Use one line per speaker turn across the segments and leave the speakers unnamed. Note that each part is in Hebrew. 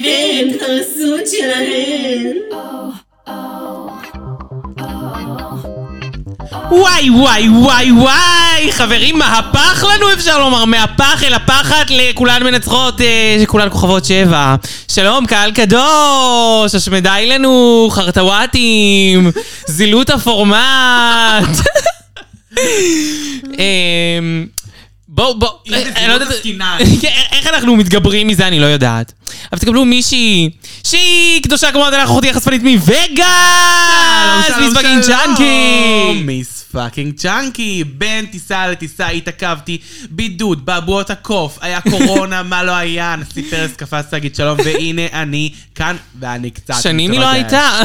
הם חרסות שלהם.
וואי וואי וואי וואי חברים מהפך לנו אפשר לומר מהפך אל הפחת לכולן מנצחות אה, שכולן כוכבות שבע שלום קהל קדוש השמדי לנו חרטוואטים זילות הפורמט אמ, בואו בואו
איזה
אני לא
זילות
יודעת-
עסקינן.
כן, איך אנחנו מתגברים מזה אני לא יודעת אבל תקבלו מישהי שהיא קדושה כמו הדלה אחותי החשפנית מווגאס מיס בגין צ'אנקי
מיס פאקינג צ'אנקי! בין טיסה לטיסה התעכבתי, בידוד, באבועות הקוף, היה קורונה, מה לא היה, נשיא פרס קפץ להגיד שלום, והנה אני כאן, ואני קצת...
שנים היא לא
מתרגש.
הייתה,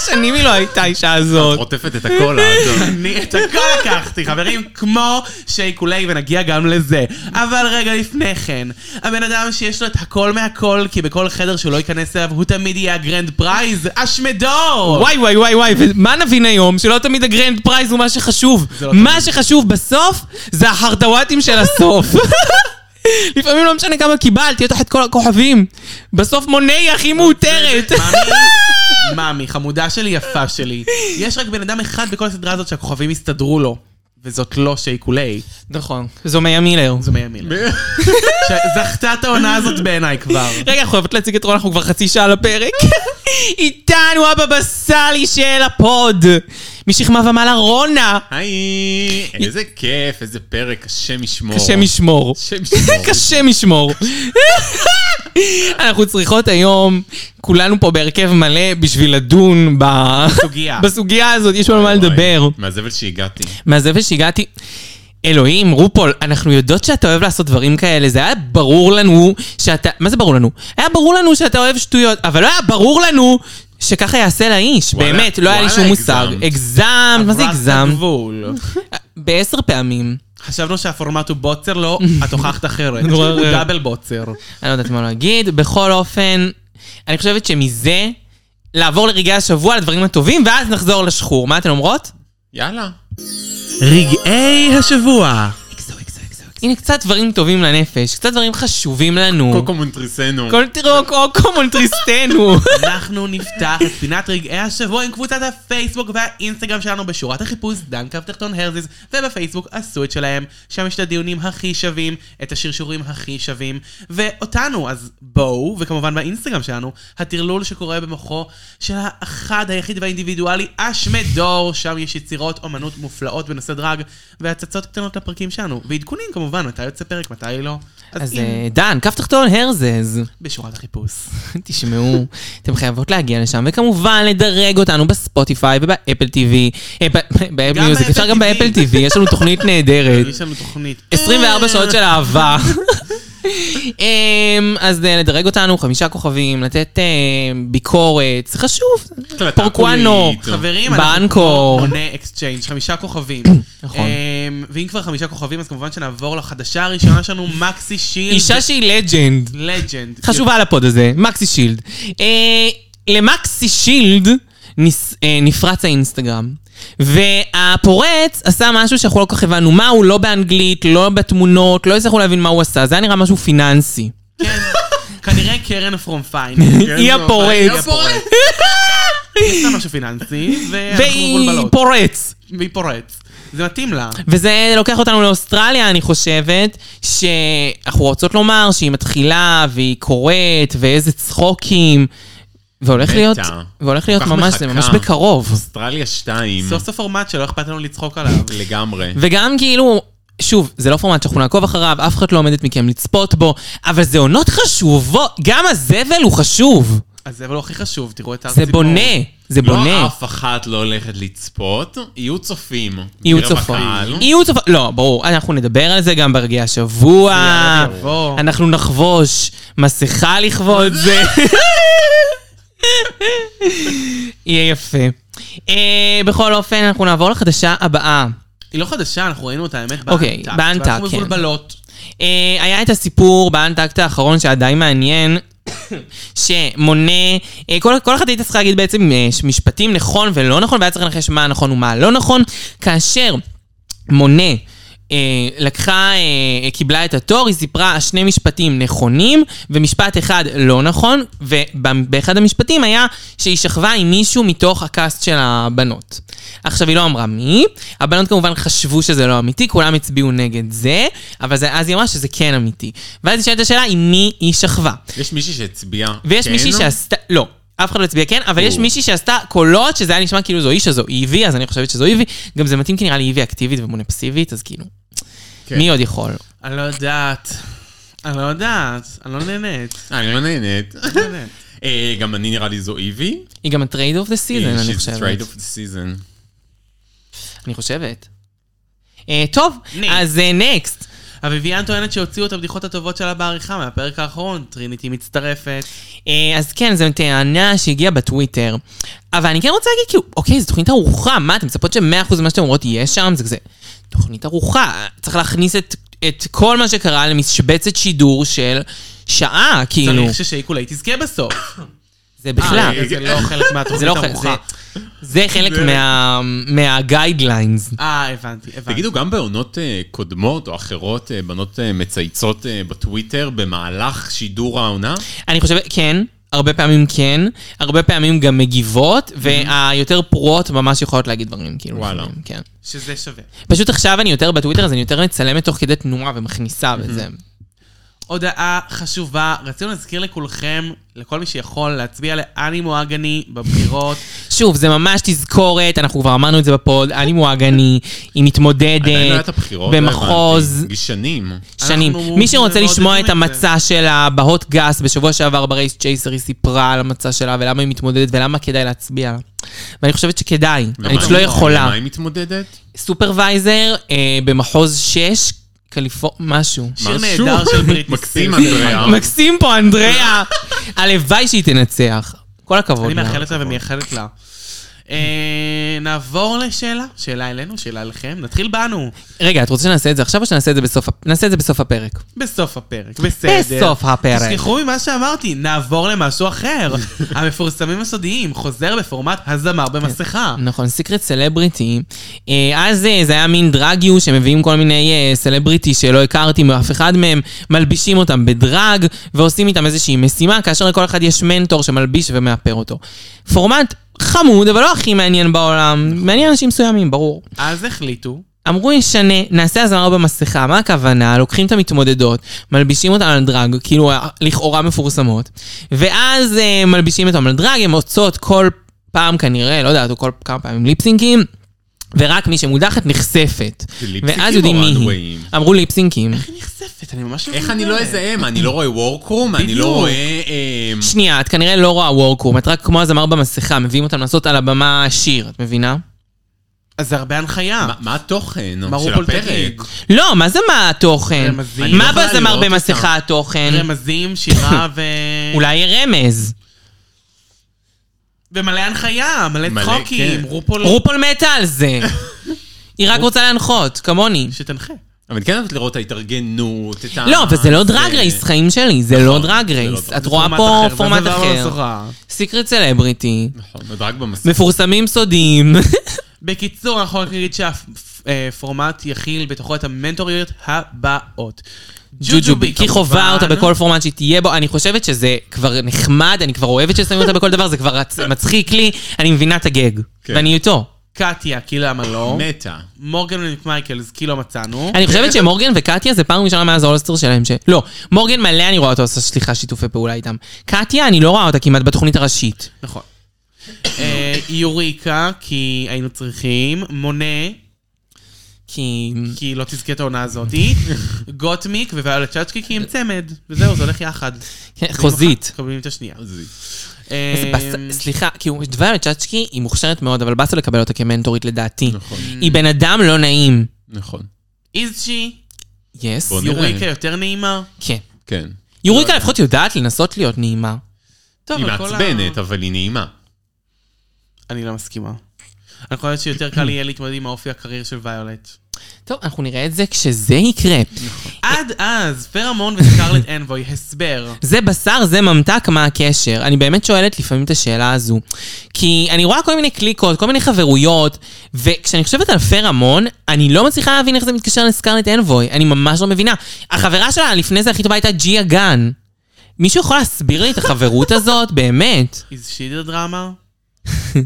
שנים היא לא הייתה האישה הזאת.
חוטפת את הכל, אה, האדון.
אני את הכל לקחתי, חברים, כמו שייקולי, ונגיע גם לזה. אבל רגע לפני כן, הבן אדם שיש לו את הכל מהכל, כי בכל חדר שהוא לא ייכנס אליו, הוא תמיד יהיה הגרנד פרייז, אשמדור!
וואי וואי וואי וואי, ומה נבין היום? שלא תמיד הגרנד פרייז הוא מה שחשוב.
זה לא
מה שחשוב בסוף זה החרטוואטים של הסוף. לפעמים לא משנה כמה קיבלת, יהיה תחת כל הכוכבים. בסוף מונה היא הכי מאותרת.
מאמי, מאמי, חמודה שלי, יפה שלי. יש רק בן אדם אחד בכל הסדרה הזאת שהכוכבים הסתדרו לו, וזאת לא שיקולי,
נכון, זו מאיה מילר.
זו מימין. שזכתה את העונה הזאת בעיניי כבר.
רגע, אנחנו חייבות להציג את רון, אנחנו כבר חצי שעה על הפרק. איתנו הבבא בסאלי של הפוד. משכמה ומעלה רונה,
היי, איזה כיף, איזה פרק, השם ישמור.
השם ישמור.
השם ישמור.
קשה משמור. אנחנו צריכות היום, כולנו פה בהרכב מלא בשביל לדון ב...
סוגיה.
בסוגיה הזאת, יש לנו מה
וואי,
לדבר.
מהזבל שהגעתי.
מהזבל שהגעתי... אלוהים, רופול, אנחנו יודעות שאתה אוהב לעשות דברים כאלה, זה היה ברור לנו שאתה... מה זה ברור לנו? היה ברור לנו שאתה אוהב שטויות, אבל לא היה ברור לנו שככה יעשה לאיש,
וואלה,
באמת, לא היה לי
וואלה,
שום מושג.
הגזמת.
הגזמת, מה זה
עברת
הגזמת?
גבול.
בעשר פעמים.
חשבנו שהפורמט הוא בוצר, לא, את הוכחת אחרת.
נורא.
הוא דאבל בוצר.
אני לא יודעת מה להגיד. בכל אופן, אני חושבת שמזה, לעבור לרגעי השבוע, לדברים הטובים, ואז נחזור לשחור. מה אתן אומרות?
יאללה.
רגעי השבוע.
הנה קצת דברים טובים לנפש, קצת דברים חשובים לנו.
קוקו מונטריסנו.
כל תראו קוקו מונטריסטנו.
אנחנו נפתח את פינת רגעי השבוע עם קבוצת הפייסבוק והאינסטגרם שלנו בשורת החיפוש דן קו תחתון הרזיז ובפייסבוק עשו את שלהם שם יש את הדיונים הכי שווים את השרשורים הכי שווים ואותנו אז בואו וכמובן באינסטגרם שלנו הטרלול שקורה במוחו של האחד היחיד והאינדיבידואלי אשמדור שם יש יצירות אומנות מופלאות בנושא דרג והצצות קטנות לפרקים שלנו ועדכונים כמובן מתי יוצא פרק מתי לא אז
אז
אם
אה, דן, כף תחתון הרזז.
בשורת החיפוש
תשמעו, אתם חייבות להגיע לשם, וכמובן לדרג אותנו בספוטיפיי ובאפל טיווי. אה, ב- באפל
גם
מיוזיק, אפשר
באפל
גם
TV.
באפל טיווי, יש לנו תוכנית נהדרת.
יש לנו תוכנית
24 שעות של אהבה. אמ, אז אה, לדרג אותנו, חמישה כוכבים, לתת אה, ביקורת, זה חשוב.
הקלטה
פורקואנו,
קולית.
חברים,
באנקור.
אנחנו עונה אקסצ'יינג, חמישה כוכבים.
נכון.
אמ, ואם כבר חמישה כוכבים, אז כמובן שנעבור לחדשה הראשונה שלנו, מקסי שילד.
אישה שהיא לג'נד,
לג'נד.
חשובה לפוד הזה, מקסי שילד. אה, למקסי שילד נס- אה, נפרץ האינסטגרם. והפורץ עשה משהו שאנחנו לא כל כך הבנו מה הוא, לא באנגלית, לא בתמונות, לא הצלחנו להבין מה הוא עשה, זה היה נראה משהו פיננסי.
כן. כנראה קרן פרום פיין.
היא הפורץ.
זה משהו פיננסי, ואנחנו
והיא
מבולבלות.
פורץ.
והיא פורץ. זה מתאים לה.
וזה לוקח אותנו לאוסטרליה, אני חושבת, שאנחנו רוצות לומר שהיא מתחילה, והיא קוראת, ואיזה צחוקים, והולך
מתה.
להיות, והולך להיות
כך
ממש, זה
מחכה.
ממש בקרוב.
אוסטרליה 2.
סוף סוף פורמט שלא אכפת לנו לצחוק עליו.
לגמרי.
וגם כאילו, שוב, זה לא פורמט שאנחנו נעקוב אחריו, אף אחת לא עומדת מכם לצפות בו, אבל זה עונות חשובות, גם הזבל הוא חשוב.
אז זה אבל לא הכי חשוב, תראו את הר
זה
ציפור.
בונה, זה
לא
בונה.
אף אחת לא הולכת לצפות, יהיו צופים.
יהיו
בקרב
צופים.
הקהל.
יהיו צופים. לא, ברור, אנחנו נדבר על זה גם ברגעי השבוע.
יאללה, תבוא.
אנחנו נחבוש מסכה לכבוד זה. יהיה יפה. אה, בכל אופן, אנחנו נעבור לחדשה הבאה.
היא לא חדשה, אנחנו ראינו אותה, האמת, באנטק.
אוקיי, באנטק,
ואנחנו
כן.
מבולבלות.
אה, היה את הסיפור באנטקט האחרון שהיה די מעניין. שמונה, אה, כל, כל אחת הייתה צריכה להגיד בעצם אה, משפטים נכון ולא נכון, והיה צריך לנחש מה נכון ומה לא נכון, כאשר מונה אה, לקחה, אה, קיבלה את התור, היא סיפרה שני משפטים נכונים ומשפט אחד לא נכון, ובאחד המשפטים היה שהיא שכבה עם מישהו מתוך הקאסט של הבנות. עכשיו, היא לא אמרה מי, הבנות כמובן חשבו שזה לא אמיתי, כולם הצביעו נגד זה, אבל זה, אז היא אמרה שזה כן אמיתי. ואז היא שאלת השאלה עם מי היא שכבה.
יש מישהי שהצביעה.
ויש
כן?
מישהי שעשתה, לא. אף אחד לא הצביע כן, אבל יש מישהי שעשתה קולות שזה היה נשמע כאילו זו איש, אז זו איבי, אז אני חושבת שזו איבי. גם זה מתאים כי נראה לי איבי אקטיבית ומונה פסיבית, אז כאילו...
כן.
מי עוד יכול?
אני לא יודעת. אני לא יודעת. אני לא נהנית.
אה, אני לא נהנית.
לא נהנית.
אה, גם אני נראה לי זו איבי.
היא גם הטרייד אוף דה סיזן, אני חושבת.
She's the of the season.
אני חושבת. אה, טוב,
Next.
אז אה, נקסט.
אביביאן טוענת שהוציאו את הבדיחות הטובות שלה בעריכה מהפרק האחרון, טריניטי מצטרפת.
אה, אז כן, זו טענה שהגיעה בטוויטר. אבל אני כן רוצה להגיד, כאילו, אוקיי, זו תוכנית ארוחה, מה, אתם מצפות ש-100% ממה שאתם אומרות יהיה שם? זה כזה, תוכנית ארוחה. צריך להכניס את, את כל מה שקרה למשבצת שידור של שעה, כאילו.
צריך ששייקולי תזכה בסוף.
זה
אה,
בכלל,
רגע, זה לא חלק
זה
מהתוכנית
לא חלק,
ארוחה.
זה- זה חלק מה- מהגיידליינס.
אה, הבנתי, הבנתי.
תגידו, גם בעונות אה, קודמות או אחרות, אה, בנות אה, מצייצות אה, בטוויטר במהלך שידור העונה?
אני חושבת, כן. הרבה פעמים כן, הרבה פעמים גם מגיבות, והיותר פרועות ממש יכולות להגיד דברים, כאילו.
וואלה.
לפעמים, כן.
שזה שווה.
פשוט עכשיו אני יותר בטוויטר, אז אני יותר מצלמת תוך כדי תנועה ומכניסה וזה.
הודעה חשובה, רצינו להזכיר לכולכם, לכל מי שיכול, להצביע לאני מואגני בבחירות.
שוב, זה ממש תזכורת, אנחנו כבר אמרנו את זה בפוד, אני מואגני, היא
עדיין לא היה
מתמודדת
את הבחירות, לא
במחוז
הבנתי. גשנים.
שנים.
אנחנו
מי שרוצה
מאוד
לשמוע
יודעים
את
את
המצע שלה בהוט גס, בשבוע שעבר ברייס צ'ייסר היא סיפרה על המצע שלה ולמה היא מתמודדת ולמה כדאי להצביע לה. ואני חושבת שכדאי, אני
למה
פשוט לא
היא-
יכולה.
למה היא מתמודדת?
סופרוויזר אה, במחוז 6, קליפור... משהו.
שיר
משהו.
נהדר של בריטני
מקסים,
ספירס.
אנדריה.
מקסים פה, אנדריה. הלוואי שהיא תנצח. כל הכבוד
אני
לה.
מאחלת לה ומייחלת לה. אה, נעבור לשאלה, שאלה אלינו, שאלה אליכם, נתחיל בנו.
רגע, את רוצה שנעשה את זה עכשיו או שנעשה את זה בסוף, הפ- נעשה את זה בסוף הפרק?
בסוף הפרק, בסדר.
בסוף הפרק.
תשכחו ממה שאמרתי, נעבור למשהו אחר. המפורסמים הסודיים, חוזר בפורמט הזמר במסכה.
נכון, סיקרט סלבריטי. אז אה, זה היה מין דרגיו שמביאים כל מיני אה, סלבריטי שלא הכרתי מאף אחד מהם, מלבישים אותם בדרג ועושים איתם איזושהי משימה, כאשר לכל אחד יש מנטור שמלביש ומאפר אותו. פורמט חמוד, אבל לא הכי מעניין בעולם. מעניין אנשים מסוימים, ברור.
אז החליטו,
אמרו ישנה, נעשה הזמר במסכה, מה הכוונה? לוקחים את המתמודדות, מלבישים אותן על דרג, כאילו אה, לכאורה מפורסמות, ואז אה, מלבישים אותן על דרג, הן עושות כל פעם כנראה, לא יודעת, או כל כמה פעמים ליפסינקים, ורק מי שמודחת נחשפת.
ליפסינקים
ואז יודעים
או
מי היא.
runways?
אמרו ליפסינקים.
אני נחשפת, אני ממש...
איך אני לא
מבינה.
אזהה? מה, אני לא רואה וורקרום? אני לא
בדיוק.
רואה... אה,
שנייה, את כנראה לא רואה וורקרום, את רק כמו הזמר במסכה, מביאים אותם לעשות על הבמה שיר, את מבינה?
אז זה הרבה הנחיה.
מה- מה התוכן
מה
של
רופול
הפרק?
תגיד?
לא, מה זה מה התוכן?
רמזים. אני לא
מה
יכולה
בזמר
לראות אותם.
במסכה התוכן?
רמזים, שירה ו...
אולי יהיה רמז.
ומלא הנחיה, מלא
מלא,
צחוקים,
כן.
רופול...
רופול מתה על זה. היא רק רוצה להנחות, כמוני.
שתנחה.
אבל אני כן אוהבת לראות את ההתארגנות, את ה...
לא, אבל
אה,
זה לא דרג רייס, חיים שלי, זה לא
נכון,
דרג
זה לא
רייס.
דרג-
את
זה
רואה
פורמט
פה
אחר,
פורמט
וזה דבר לא
אחר.
מסורה.
סיקרט סלבריטי,
נכון, הדרג במסך.
מפורסמים סודיים.
בקיצור, אנחנו רק נגיד שהפורמט יכיל בתוכו את המנטוריות הבאות.
ג'וג'ובי, כי חובה
כמובן.
אותה בכל פורמט שהיא תהיה בו. אני חושבת שזה כבר נחמד, אני כבר אוהבת ששמים אותה בכל דבר, זה כבר רצ- מצחיק לי, אני מבינה את הגג.
כן.
ואני איתו.
קטיה, כי למה לא?
מתה.
מורגן ומקמייקלס, כי לא מצאנו.
אני חושבת שמורגן וקטיה זה פעם ראשונה מאז האולסטר שלהם ש... לא, מורגן מלא אני רואה אותו עושה סליחה שיתופי פעולה איתם. קטיה, אני לא רואה אותה כמעט בתוכנית הראשית.
נכון. אה, יוריקה, כי היינו צריכים. מונה,
כי...
כי לא תזכה את העונה הזאתי. גוטמיק וויולט צ'אצ'קי, כי הם צמד. וזהו, זה הולך יחד.
כן, חוזית.
קובעים את השנייה.
אז-
אה,
איזה
אמ,
באסה- סליחה, כאילו, דברה צ'אצ'קי היא מוכשרת מאוד, אבל באסה לקבל אותה כמנטורית לדעתי.
נכון,
היא בן אדם לא נעים.
נכון.
איזשי,
יס?
בוא נראה.
יוריקה יותר נעימה.
כן.
כן.
יוריקה לפחות יודעת לנסות להיות נעימה.
טוב,
היא
לא, אבל כל ה-
מעצבנת, אבל היא נעימה.
אני לא מסכימה. אני חושבת שיותר קל יהיה להתמודד עם האופי הקרייר של ויולט.
טוב, אנחנו נראה את זה כשזה יקרה.
עד אז, פרמון וסקרלט אנבוי, הסבר.
זה בשר, זה ממתק, מה הקשר? אני באמת שואלת לפעמים את השאלה הזו. כי אני רואה כל מיני קליקות, כל מיני חברויות, וכשאני חושבת על פרמון, אני לא מצליחה להבין איך זה מתקשר לסקרלט אנבוי. אני ממש לא מבינה. החברה שלה לפני זה הכי טובה הייתה ג'יה גן. מישהו יכול להסביר לי את החברות הזאת? באמת.
Is she the drama?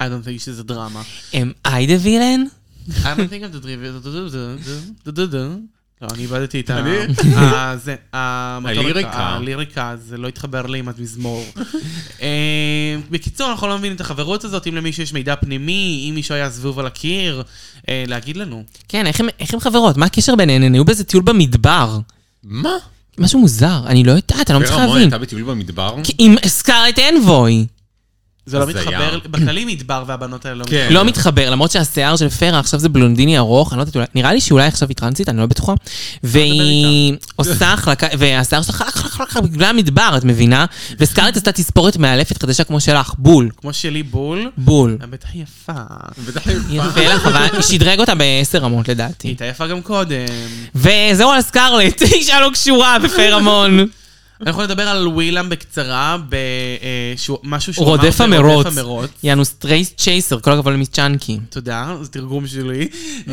I don't think she's a drama.
am I the villain?
I don't think I'm the driver. לא, אני איבדתי את ה...
אני?
ה- זה, ה-
הליריקה.
הליריקה, זה לא התחבר לי עם המזמור. אה, בקיצור, אנחנו לא מבינים את החברות הזאת, אם למישהו יש מידע פנימי, אם מישהו היה זבוב על הקיר, אה, להגיד לנו.
כן, איך הם, איך הם חברות? מה הקשר ביניהן? הן היו באיזה טיול במדבר.
מה?
משהו מוזר, אני לא יודעת, אני לא מצליחה
פרמון
להבין.
לא הייתה בטיול במדבר?
כי עם סקארלט אנבוי.
זה לא
הזיה.
מתחבר, בכללי מדבר והבנות האלה לא
כן.
לא מתחבר, למרות שהשיער של פרה עכשיו זה בלונדיני ארוך, אני לא יודעת, אולי- נראה לי שאולי עכשיו היא טרנסית, אני לא בטוחה. והיא עושה החלקה, והשיער שלך חלק חלק חלק בגלל המדבר, את מבינה? וסקארלט עשתה תספורת מאלפת חדשה כמו שלך, בול,
כמו שלי בול,
בול.
בטח יפה.
בטח היו פעם.
יפה לך, אבל היא שדרג אותה בעשר רמות
היא
לדעתי.
הייתה יפה גם קודם.
וזהו על סקארלט, אישה לא קשורה בפרמון.
אנחנו נדבר על ווילאם בקצרה, במשהו
הוא
שהוא אמר
רודף
ברודף
המרוץ.
המרוץ.
יאנו סטרייס צ'ייסר, כל הכבוד מצ'אנקי.
תודה, זה תרגום שלי. אמ,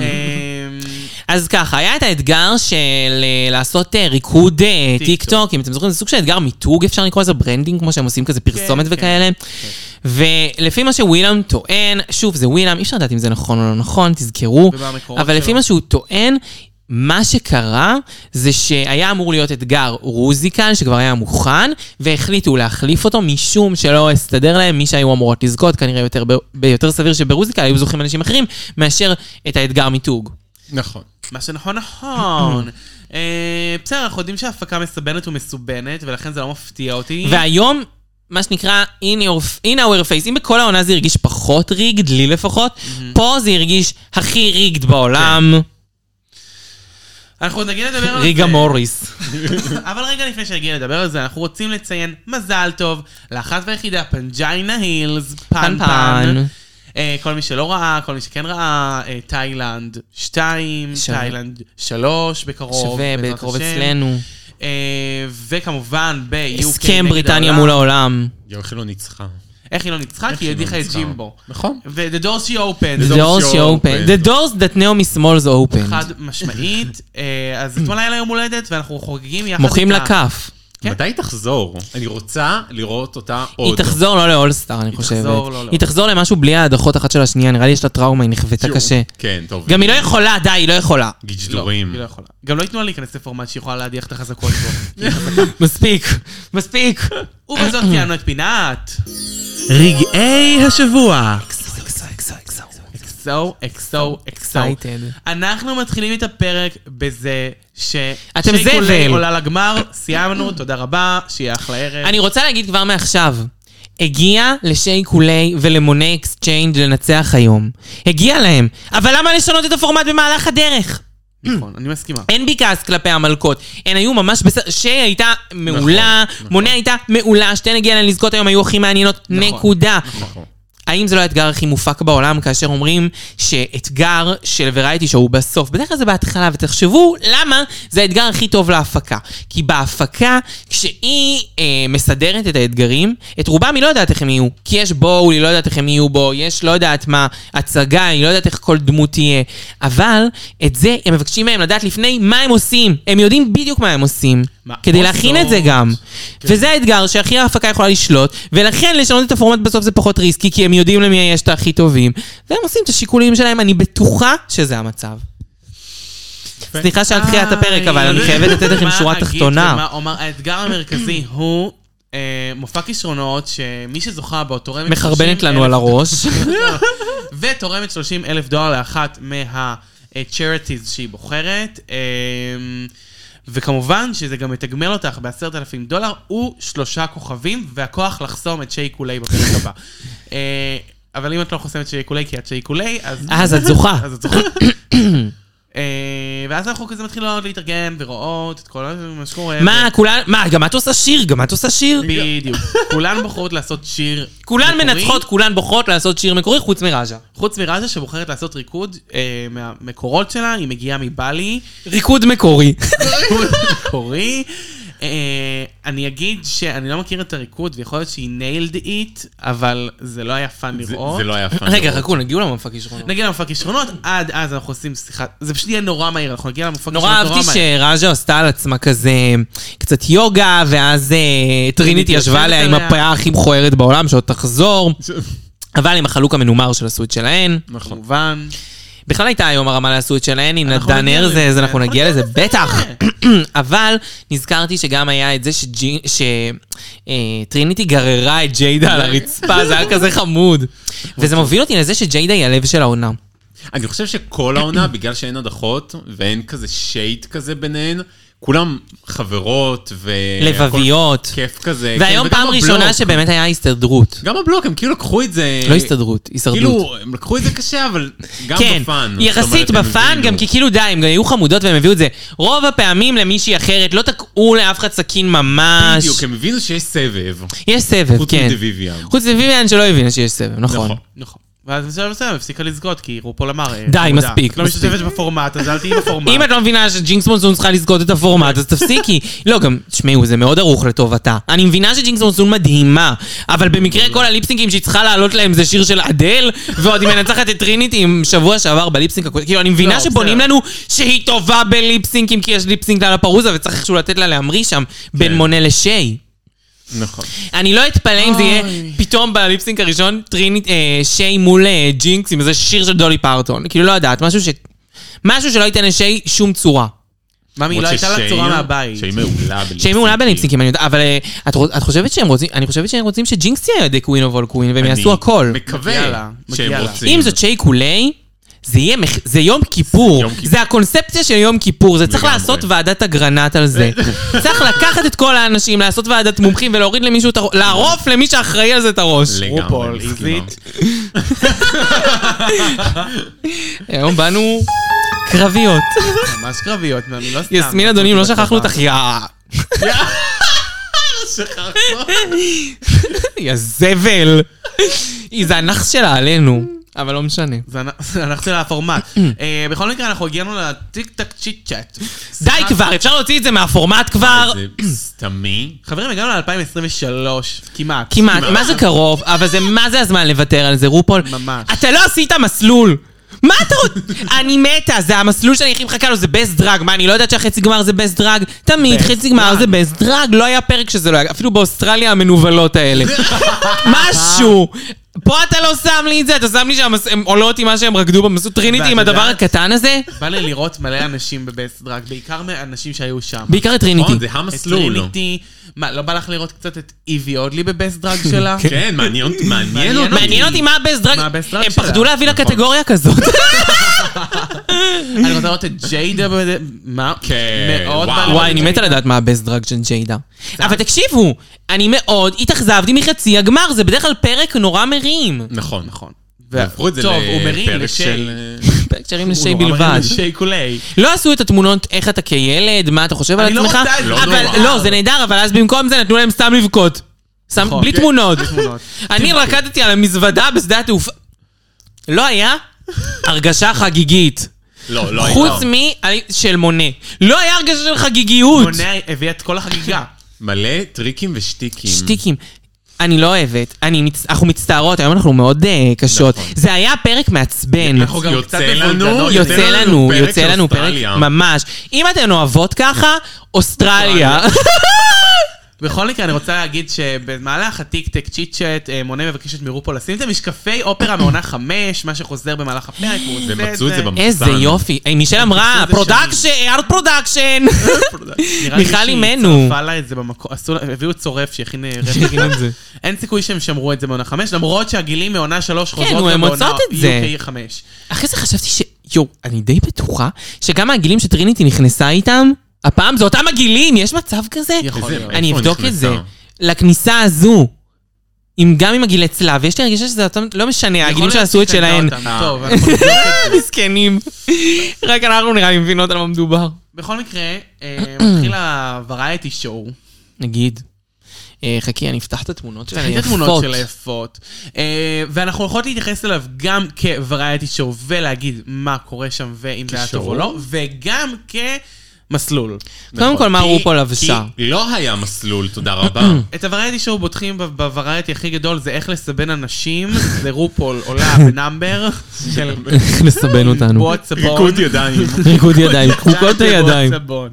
אז ככה, היה את האתגר של אה, לעשות אה, ריקוד אה,
טיק
טיק טוק, אם אתם זוכרים, זה סוג של אתגר מיתוג, אפשר לקרוא לזה ברנדינג, כמו שהם עושים כזה פרסומת
כן,
וכאלה. ולפי מה שווילאם טוען, שוב, זה ווילאם, אי אפשר לדעת אם זה נכון או לא נכון, תזכרו,
ובמקורות
אבל לפי
שלו.
מה שהוא טוען, מה שקרה זה שהיה אמור להיות אתגר רוזיקל שכבר היה מוכן והחליטו להחליף אותו משום שלא הסתדר להם מי שהיו אמורות לזכות כנראה יותר, ב- ביותר סביר שברוזיקל היו זוכים אנשים אחרים מאשר את האתגר מיתוג.
נכון.
מה שנכון נכון. אה, בסדר, אנחנו יודעים שההפקה מסבנת ומסובנת, ולכן זה לא מפתיע אותי.
והיום, מה שנקרא in, your, in our face, אם בכל העונה זה הרגיש פחות ריגד, לי לפחות, פה זה הרגיש הכי ריגד בעולם,
כן. אנחנו נגיד לדבר על זה.
ריגה מוריס.
אבל רגע לפני שנגיע לדבר על זה, אנחנו רוצים לציין מזל טוב לאחת והיחידה פנג'יינה הילס, פן
פן
פן.
פן.
אה, כל מי שלא ראה, כל מי שכן ראה, אה, תאילנד 2,
שווה.
תאילנד 3, בקרוב.
שווה
בעזרת
בקרוב
השם.
אצלנו.
אה, וכמובן ב-UK
הסכם
נגד
בריטניה
העולם.
מול העולם.
יואו, איך היא לא ניצחה.
איך היא לא ניצחה? כי היא הדיחה את ג'ימבו.
נכון.
ו-The doors she opened.
The doors open. The doors that Naomi Smalls
חד
opened.
משמעית. אה, אז אתמול היה לה יום הולדת, ואנחנו חוגגים יחד
מוחאים לה כף.
כן.
מתי היא תחזור? אני רוצה לראות אותה
היא
עוד.
תחזור לא לאולסטאר, אני חושבת.
תחזור, לא, לא.
היא תחזור למשהו בלי ההדחות אחת של השנייה, נראה לי יש לה טראומה, היא נכוותה
שוב.
קשה.
כן, טוב.
גם היא לא יכולה, די, היא לא יכולה.
לא,
גשדורים.
היא לא יכולה. גם לא ייתנו לה להיכנס לפורמט שהיא יכולה להדיח את החזקות בו.
מספיק, מספיק.
ובזאת סיימנו את פינת.
רגעי השבוע.
אקסו, אקסו, אקסו.
Excited.
אנחנו מתחילים את הפרק בזה ש...
אתם
שייק
זבל.
עולה- עולה לגמר, סיימנו, תודה רבה, שיהיה אחלה ערב.
אני רוצה להגיד כבר מעכשיו, הגיע לשיייקולי ולמוני אקסצ'יינג' לנצח היום. הגיע להם, אבל למה לשנות את הפורמט במהלך הדרך?
נכון, אני מסכימה.
אין בי כעס כלפי המלכות, הן היו ממש בסדר, שיי הייתה מעולה, מונה הייתה מעולה, שתיהן הגיען לזכות היום, היו הכי מעניינות,
נכון,
נקודה.
נכון.
האם זה לא האתגר הכי מופק בעולם, כאשר אומרים שאתגר של ורייטי שואו הוא בסוף, בדרך כלל זה בהתחלה, ותחשבו למה זה האתגר הכי טוב להפקה. כי בהפקה, כשהיא אה, מסדרת את האתגרים, את רובם היא לא יודעת איך הם יהיו. כי יש בואו, היא לא יודעת איך הם יהיו בו, יש לא יודעת מה, הצגה, היא לא יודעת איך כל דמות תהיה. אבל את זה הם מבקשים מהם לדעת לפני מה הם עושים. הם יודעים בדיוק מה הם עושים.
מה
כדי להכין את זה
עושות?
גם. כן. וזה האתגר שהכי ההפקה יכולה לשלוט, ולכן לשנות את הפורמט בסוף זה פחות ריסקי, כי הם יודעים למי יש את הכי טובים, והם עושים את השיקולים שלהם, אני בטוחה שזה המצב. סליחה שעל תחילת הפרק, אבל אני חייבת לתת לכם
אה, מה
שורה
אגיד ומה
תחתונה.
אומר, האתגר המרכזי הוא אה, מופע כישרונות, שמי שזוכה בו תורמת...
מחרבנת
30,000
לנו על הראש.
ותורמת 30 אלף דולר לאחת מה-charities שהיא בוחרת. אה, וכמובן שזה גם מתגמל אותך ב-10,000 דולר ושלושה כוכבים, והכוח לחסום את שייקולי בפרק הבא. אה, אבל אם את לא חוסמת שייקולי כי את שייקולי, אז...
אז את זוכה.
אז את זוכרת. אה, ואז אנחנו כזה מתחילות להתארגן ורואות את כל מה שקורה.
מה, כולן, מה, גם את עושה שיר? גם את עושה שיר?
בדיוק. כולן בוחרות לעשות שיר
כולן
מקורי,
מנצחות, כולן בוחרות לעשות שיר מקורי, חוץ מראז'ה.
חוץ מראז'ה שבוחרת לעשות ריקוד אה, מהמקורות שלה, היא מגיעה מבלי.
ריקוד מקורי.
ריקוד מקורי. אה, אני אגיד שאני לא מכיר את הריקוד, ויכול להיות שהיא nailed it, אבל זה לא היה פאן
זה-
לראות.
זה לא היה פאנ.
רגע, חכו, נגיעו למופע כישרונות.
נגיד למופע כישרונות, עד אז אנחנו עושים שיחה, זה פשוט יהיה נורא מהיר, אנחנו נגיע למופע
נורא
כישרונות
אהבתי שראז'ה עשתה על עצמה כזה קצת יוגה, ואז אה, טרינית ישבה
יושבת
עליה עם
עליה.
הפאה הכי מכוערת בעולם, שעוד תחזור, אבל עם החלוק המנומר של הסוויט שלהן.
נכון. כמובן.
בכלל הייתה היום הרמה לעשות שלהן עם
אנחנו
נדן
נגיע
ארז,
לזה,
אז אנחנו
אנחנו
נגיע
נגיע
לזה, בטח. אבל נזכרתי שגם היה את זה שטריניטי גררה את ג'יידה על הרצפה, זה היה כזה חמוד. וזה מוביל אותי לזה שג'יידה היא הלב של העונה.
אני חושב שכל העונה, בגלל שאין הדחות ואין כזה שייט כזה ביניהן, כולם חברות ו...
לבביות.
הכל כיף כזה. כן,
והיום
וגם
פעם
הבלוק.
ראשונה שבאמת היה הסתדרות.
גם הבלוק, הם כאילו לקחו את זה...
לא הסתדרות, הישרדות.
כאילו, הם לקחו את זה קשה, אבל גם
כן,
בפאן. זאת
יחסית
אומרת, הם
בפאן,
הבינו.
גם כי כאילו די, הם גם היו חמודות והם הביאו את זה. רוב הפעמים למישהי אחרת, לא תקעו לאף אחד סכין ממש.
בדיוק, הם הבינו שיש סבב.
יש סבב,
חוץ
כאילו- כן.
מדוויביאן.
חוץ מוויביאן שלא הבינה שיש סבב, נכון.
נכון.
נכון. ואז בשלב מסוים הפסיקה לזגות, כי רופול אמר... אה,
די,
חמודה,
מספיק,
את לא
מספיק.
משתתפת בפורמט, אז אל תהיי בפורמט.
אם את לא מבינה שג'ינקס מונסון צריכה לזכות את הפורמט, אז תפסיקי. לא, גם, תשמעו, זה מאוד ערוך לטובתה. אני מבינה שג'ינקס מונסון מדהימה, אבל
אה.
במקרה כל הליפסינקים שהיא צריכה לעלות להם זה שיר של אדל, ועוד היא מנצחת את טריניטי עם שבוע שעבר בליפסינק הקודם. כאילו, אני מבינה
לא,
שבונים
בסדר.
לנו שהיא טובה בליפסינקים, כי יש ליפסינק על הפרוזה, וצריך איכשהו לתת לה להמריא שם, בין
כן.
מונה לשי.
נכון.
אני לא אתפלא אם זה יהיה
אוי.
פתאום בליפסינק הראשון טרינית, אה, שיי מול אה, ג'ינקס עם איזה שיר של דולי פרטון. כאילו, לא יודעת, משהו ש... משהו שלא ייתן לשיי שום צורה.
ממי, היא לא הייתה לה צורה מהבית.
שהיא מעולה בליפסינק.
שיי מעולה בליפסינקים, אני יודעת, אבל אה, את רוצ- את חושבת שהם רוצים... אני חושבת שהם רוצים שג'ינקס תהיה די קווין אוף אול קווין, והם
אני
יעשו הכל.
מקווה
מגיע לה,
שהם
מגיע לה.
רוצים.
אם זאת שיי קולי... זה יהיה, מח... זה יום כיפור,
יום כיפור.
זה הקונספציה של יום כיפור, זה צריך
לגמרי.
לעשות ועדת אגרנט על זה. צריך לקחת את כל האנשים, לעשות ועדת מומחים ולהוריד למישהו את הראש, לערוף למי שאחראי על זה את הראש.
לגמרי,
רופול,
מסכימה.
is
היום באנו קרביות.
ממש קרביות, ממי, לא סתם.
יסמין אדונים, לא שכחנו אותך, יא... לא יא זבל. היא, זה הנאחס שלה עלינו, אבל לא משנה.
זה הנ- זה הנח של הפורמט. אה, בכל מקרה, אנחנו הגענו לטיק טק צ'יט צ'אט.
די כבר, אפשר להוציא את זה מהפורמט כבר.
זה סתמי.
חברים, הגענו ל-2023, כמעט.
כמעט, מה זה קרוב, אבל זה, מה זה הזמן לוותר על זה, רופול?
ממש.
אתה לא עשית מסלול! מה אתה רוצה? אני מתה, זה המסלול שאני הכי מחכה לו, זה בסט דרג. מה, אני לא יודעת שהחצי גמר זה בסט דרג? תמיד,
Best
חצי גמר
drag.
זה בסט דרג, לא היה פרק שזה לא היה, אפילו באוסטרליה המנוולות האלה. משהו! פה אתה לא שם לי את זה, אתה שם לי שהן עולות עם מה שהם רקדו במסלול טריניטי,
ואת
עם הדבר
יודעת-
הקטן הזה?
בא לי לראות מלא אנשים בבסט דרג, בעיקר מהאנשים שהיו שם.
בעיקר את טריניטי.
נכון, זה המסלול.
טריניטי, מה, לא בא לך לראות קצת את איבי אודלי בבסט דרג שלה?
כן, מעניין אותי. מעניין אותי.
מעניין אותי מה הבסט דרג,
מה הבסט דרג
הם
שלה. נכון.
פחדו להביא לקטגוריה כזאת.
אני רוצה לראות את ג'יידה ב... מה?
כן,
מאוד
וואו.
בא לי
וואי,
לראות
אני
את
מתה לדעת מה הבסט דרג של ג'יידה. אבל תקשיבו, אני מאוד התאכזבתי מחצי הגמר, זה בדרך כלל פרק נורא מרים.
נכון.
נכון.
ו- הפכו את זה
טוב, הוא מרים
לפרק
לשי.
של... אה,
פרק שרים
הוא
לשי
נורא מרים
בלבד.
לשי קולי.
לא עשו את התמונות איך אתה כילד, מה אתה חושב על
אני לא
עצמך.
רוצה את זה.
לא
אבל-
נורא.
לא, זה נהדר, אבל אז במקום זה נתנו להם סתם לבכות. סתם,
נכון.
בלי
כן,
תמונות.
בלי תמונות.
אני רקדתי על המזוודה בשדה התעופה. לא היה הרגשה חגיגית.
לא, לא
חוץ
הייתה.
מ... של מונה. לא היה הרגשה של חגיגיות.
מונה הביא את כל החגיגה.
מלא טריקים ושטיקים.
שטיקים. אני לא אוהבת, אני מצ... אנחנו מצטערות, היום אנחנו מאוד אה, קשות.
נכון.
זה היה פרק מעצבן.
אנחנו גם לא, קצת
יוצא לנו,
מבולגנות.
יוצא לנו,
פרק
יוצא
של
לנו פרק,
אוסטרליה.
ממש. אם אתן אוהבות ככה, אוסטרליה.
בכל מקרה, אני רוצה להגיד שבמהלך הטיק-טק צ'יט-צ'אט, אה, מונה מבקשת מרופו לשים את המשקפי אופרה מעונה חמש, מה שחוזר במהלך הפרק, הוא עושה את זה.
ומצאו את זה במחסן.
איזה יופי. אה, מישל אמרה,
חיפשו את זה
פרודקשן, ארט פרודקשן.
נראה לי
מיכל
שהיא
אימנו.
צרפה לה את זה במקום, עשו לה- הביאו צורף שהכין אה, רפליקים. אין סיכוי שהם שמרו את זה מעונה חמש, למרות שהגילים מעונה שלוש חוזרות
נו,
גם
הם
בעונה
מוצאות כן, את זה.
UK חמש.
אחרי זה חשבתי ש... יואו, אני די בטוחה שגם הגילים שטריניטי נכנסה איתם, הפעם זה אותם הגילים, יש מצב כזה?
יכול
איזה-
להיות.
נכון. אני
איפה
אבדוק
נכנסה?
את זה. לכניסה הזו. עם, גם עם הגילי צלב, ויש לי הרגישה שזה אותם, לא משנה, הגילים שעשו את שלהן.
טוב, אנחנו נבדוק את זה.
מסכנים. רק אנחנו נראה לי מבינות על מה מדובר.
בכל מקרה, אה, מתחיל הוורייטי שואו.
נגיד. אה, חכי, אני אפתח את התמונות שלהם.
כן,
תראי את התמונות של היפות. אה, ואנחנו הולכות להתייחס אליו גם כוורייטי שואו ולהגיד מה קורה שם ואם זה היה טוב או
כשואו?
לא, וגם כמסלול.
קודם כל, מה
כי-
רופול לבשה?
כי לא היה מסלול, תודה רבה.
את הוורייטי שואו בוטחים בוורייטי הכי גדול זה איך לסבן אנשים, זה רופול עולה בנאמבר של
איך לסבן אותנו.
בוט סבון.
ריקוד ידיים.
ריקוד ידיים,
בוט
חוקות הידיים.
סבון.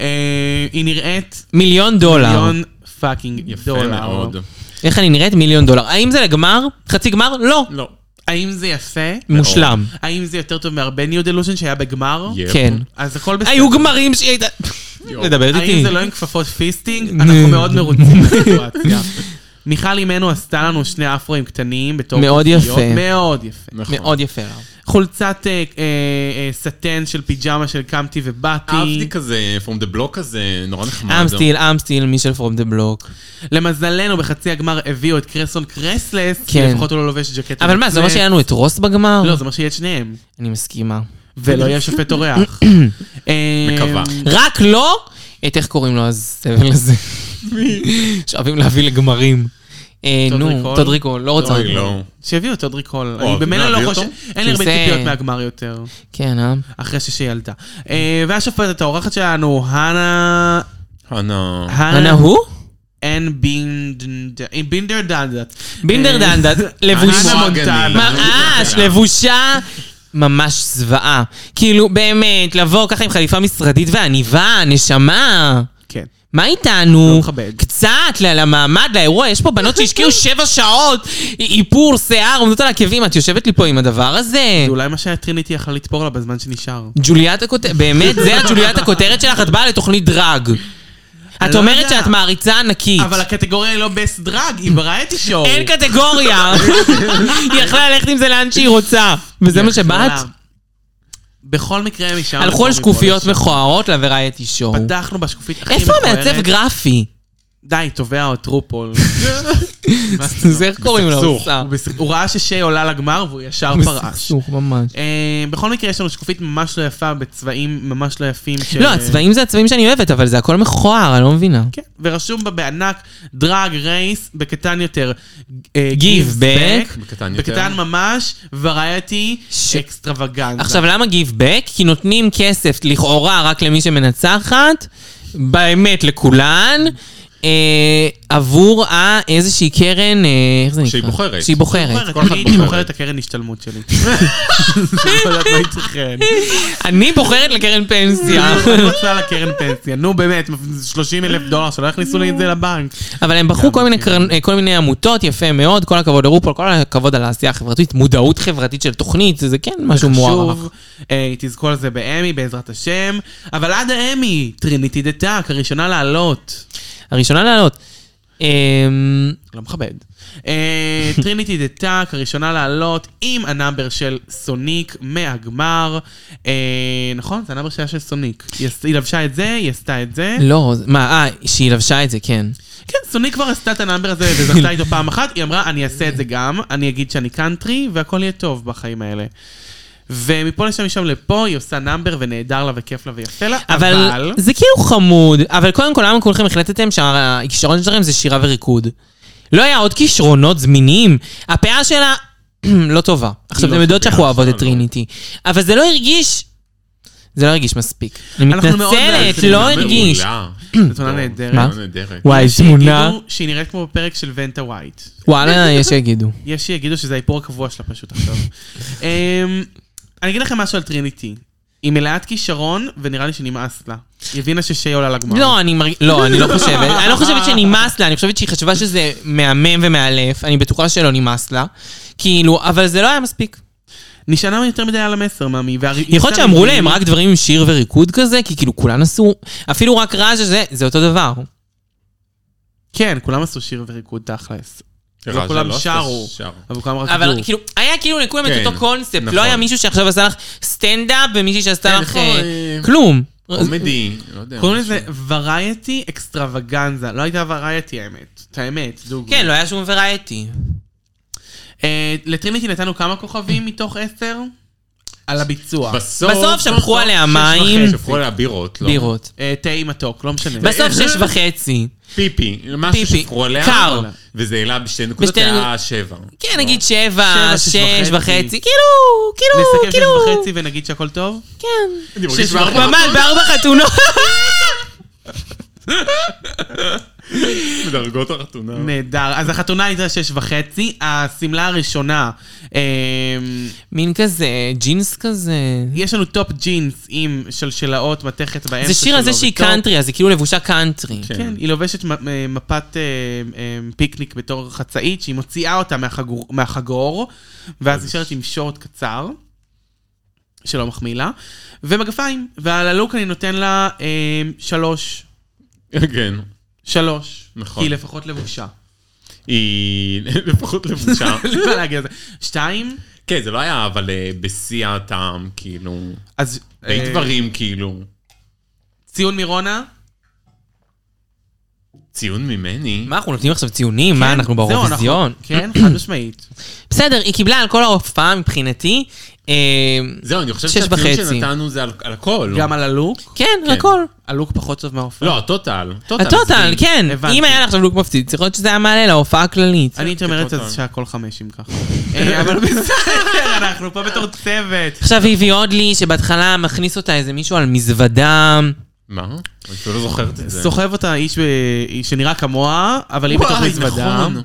אה, היא נראית
מיליון דולר.
מיליון פאקינג
יפה
דולר.
מאוד.
איך אני נראית? מיליון דולר. האם זה לגמר? חצי גמר? לא.
לא.
האם זה יפה?
מושלם.
האם זה יותר טוב מהרבה ניו דלושן שהיה בגמר?
יפ.
כן.
אז הכל בסדר.
היו גמרים שהיא הייתה...
יואו.
מדברת
האם
איתי.
זה לא עם כפפות פיסטינג?
נו.
אנחנו מאוד מרוצים מהסיטואציה. מיכל אימנו עשתה לנו שני אפרואים קטנים בתור...
מאוד
כפיות.
יפה.
מאוד יפה.
נכון.
מאוד יפה. רב.
חולצת אה, אה, אה, סטן של פיג'מה של קמתי ובאתי.
אהבתי כזה, from the block כזה, נורא נחמד.
I'm still, I'm still, מישל פרום דה בלוק.
למזלנו, בחצי הגמר הביאו את קרסון קרסלס,
כן.
כי לפחות הוא לא לובש ג'קט.
אבל מה, זה אומר
מפנה.
שהיה לנו את רוס בגמר?
לא, זה אומר שיהיה את שניהם.
אני מסכימה.
ולא יהיה שופט אורח. אה,
מקווה.
רק לא את איך קוראים לו הסבל הזה. שאוהבים להביא לגמרים. אה, נו,
טודריקול?
טודריקול, לא רוצה.
אוי, לא.
שיביאו את אודרי קול.
אוהבים
אני במילא
להביא
לא
אותו?
חושב... אין לי הרבה
שזה-
ציפיות מהגמר יותר,
כן, אה?
אחרי ששהיא עלתה. אה, והשופטת האורחת שלנו, הנה...
אנא.
אה.
אנה הוא?
אין אה, בינדר דנדט.
בינדר דנדט, לבוש...
אה. אנה
מורגני.
מונטנה.
אה,
ממש, לבושה ממש זוועה. כאילו, באמת, לבוא ככה עם חליפה משרדית ועניבה, נשמה.
כן.
מה איתנו?
לא מכבד.
קצת ל- למעמד, לאירוע, יש פה בנות שהשקיעו שבע שעות, א- איפור, שיער, עומדות על עקבים, את יושבת לי פה עם הדבר הזה?
זה אולי מה שהטריניטי יכלה לתפור לה בזמן שנשאר.
ג'וליאת הכותרת, באמת, זה הג'וליאת הכותרת שלך, את באה לתוכנית דרג. את
לא
אומרת
יודע.
שאת מעריצה ענקית.
אבל אוקיי. הקטגוריה היא לא בסט דרג, היא ברייטי שואו.
אין קטגוריה. היא יכלה ללכת עם זה לאן שהיא רוצה. וזה מה שבאת?
בכל מקרה, משם...
הלכו על
אנחנו מפה
שקופיות
לשם.
מכוערות לוורייטי שואו.
פתחנו בשקופית הכי
איפה
מכוערת.
המעצב גרפי?
די, תובע או טרופול.
זה איך קוראים לו?
בסכסוך.
עושה?
הוא בס- הוא ראה ששיי עולה לגמר והוא ישר פרש.
בסכסוך, ממש.
אה, בכל מקרה, יש לנו שקופית ממש לא יפה, בצבעים ממש לא יפים. של-
לא, הצבעים זה הצבעים שאני אוהבת, אבל זה הכל מכוער, אני לא מבינה.
כן, ורשום בה בענק דרג רייס, בקטן יותר. אה,
Give
gives
back.
בקטן יותר.
בקטן ממש, ורייטי
ש-
אקסטרווגנזה.
עכשיו, למה גיב בק? כי נותנים כסף לכאורה רק למי שמנצחת, באמת לכולן, אה, עבור ה- איזושהי קרן, אה, איך זה נקרא?
שהיא בוחרת.
שהיא בוחרת.
כל אחד
אני הייתי
בוחרת.
בוחרת את הקרן השתלמות שלי. אני לא יודעת מה ייתכן.
אני בוחרת לקרן פנסיה.
אני רוצה לקרן פנסיה. נו באמת, 30 אלף דולר שלא יכניסו לי את זה לבנק.
אבל הם בחרו כל מיני, קרנ... אה, כל מיני עמותות, יפה מאוד, כל הכבוד לרופול, כל הכבוד על העשייה החברתית, מודעות חברתית של תוכנית, זה כן משהו מוערך.
שוב, אה, היא תזכור על זה באמי, בעזרת השם. אבל עד האמי, טריניטי דה טאק, הראשונה לעלות.
הראשונה לעלות. אמ,
לא מכבד. אה, טריניטי דה טאק, הראשונה לעלות עם הנאמבר של סוניק מהגמר. אה, נכון? זה הנאמבר שהיה של סוניק. היא עש- היא לבשה את זה, היא עשתה את זה.
לא, זה- מה, אה, שהיא לבשה את זה, כן.
כן, סוניק כבר עשתה את הנאמבר הזה וזכתה איתו פעם אחת. היא אמרה, אני אעשה את זה גם, אני אגיד שאני קאנטרי, והכל יהיה טוב בחיים האלה. ומפה לשם, משם לפה, היא עושה נאמבר ונהדר לה וכיף לה ויפה לה,
אבל
אבל...
זה כאילו חמוד, אבל קודם כל, למה כולכם החלטתם שהכישרון שלכם זה שירה וריקוד? לא היה עוד כישרונות זמינים? הפאה שלה לא טובה. עכשיו,
לא
אתם יודעות
טובה,
שאנחנו אוהבות את
לא.
טריניטי, אבל זה לא הרגיש... זה לא הרגיש מספיק. אני
אנחנו מאוד
מתנצלת,
מאזינים,
לא
מעולה.
הרגיש.
זו תמונה נהדרת.
מה?
תמונה נהדרת.
וואי, תמונה.
שיגידו שהיא נראית כמו בפרק של ונטה ווייט.
וואלה, יש שיגידו.
יש שיגידו שזה האיפור הקבוע שלה פשוט עכשיו. אמ, אני אגיד לכם משהו על טריניטי. היא מלאת כישרון, ונראה לי שנמאס לה. היא הבינה ששיי עולה לגמר.
לא, אני מרג... לא, אני לא חושבת. אני לא חושבת שנמאס לה, אני חושבת שהיא חשבה שזה מהמם ומאלף, אני בטוחה שלא נמאס לה. כאילו, אבל זה לא היה מספיק.
נשענה יותר מדי על המסר, מאמי. והר-
יכול להיות שאמרו להם רק דברים עם שיר וריקוד כזה, כי כאילו כולן עשו, אפילו רק רז'ה זה, זה אותו דבר.
כן, כולם עשו שיר וריקוד תכלס.
רז'ה
לא כולם
עשתה
שרו.
שר.
אבל כולם רק
אבל
דו.
כאילו, היה כאילו לכולם את
כן,
אותו קונספט,
נכון.
לא היה מישהו שעכשיו עשה לך סטנדאפ ומישהי שעשתה לך אה,
נכון.
כלום.
קומדי, לא יודע.
קוראים
משהו.
לזה וריאטי אקסטרווגנזה. לא הייתה וריאטי האמת. את האמת, דוגרי.
כן, לא היה שום וראייטי.
אה, לטריניטי נתנו כמה כוכבים מתוך עשר? על הביצוע.
בסוף,
בסוף שפכו עליה
שש
מים,
וחצי.
שפכו עליה בירות, לא.
בירות.
אה, תה מתוק, לא משנה.
בסוף שש וחצי.
פיפי, משהו
פיפי,
שפכו עליה.
קר.
וזה העלה בשתי נקודות,
בשתי
היה שבע.
כן, נגיד שבע,
שבע, שש
שש
וחצי.
וחצי, כאילו, כאילו,
נסכם שש
כאילו,
וחצי ונגיד שהכל טוב?
כן.
אני מרגיש
שש
בארבע-
וחצי.
ממש, בארבע חתונות.
בדרגות החתונה.
נהדר. אז החתונה הייתה שש וחצי, השמלה הראשונה, אה,
מין כזה, ג'ינס כזה.
יש לנו טופ ג'ינס עם שלשלאות, מתכת באמצע
זה שיר על זה
שלו,
שהיא
וטופ.
קאנטרי, אז היא כאילו לבושה קאנטרי.
כן.
כן, היא לובשת מ- אה, מפת אה, אה, פיקניק בתור חצאית, שהיא מוציאה אותה מהחגור, מהחגור ואז נשארת עם שורט קצר, שלא מחמיא לה, ומגפיים. ועל הלוק אני נותן לה אה, שלוש.
כן.
שלוש.
נכון.
כי היא לפחות לבושה.
היא לפחות
לא,
לבושה.
אין לי מה להגיד על זה. שתיים,
כן, זה לא היה אבל אה, בשיא הטעם, כאילו.
אז...
די
אה,
דברים, כאילו.
ציון מרונה.
ציון ממני.
מה, אנחנו נותנים עכשיו ציונים? מה,
כן,
אנחנו
זהו,
באירוויזיון?
כן, חד משמעית.
בסדר, היא קיבלה על כל ההופעה מבחינתי. אה,
זהו, אני חושב
שש
שהציון
וחצי.
שנתנו זה על על הכל.
גם על הלוק.
כן,
כן.
הכל.
הלוק פחות טוב מההופעה.
לא, הטוטל.
הטוטל,
זה-
כן.
הבנתי.
אם היה לה עכשיו לוק מפציץ, יכול להיות שזה היה מעלה להופעה הכללית.
אני הייתי אומרת
כטוטל.
אז שהכל חמש אם ככה. אה, אבל בסדר, אנחנו פה בתור צוות.
עכשיו היא הביא עוד לי, שבהתחלה מכניס אותה איזה מישהו על מזוודה.
מה? אני אפילו לא זוכרת את זה.
סוחב אותה איש ב- איש שנראה כמוה, אבל היא
וואי,
בתוך מזוודה.
נכון.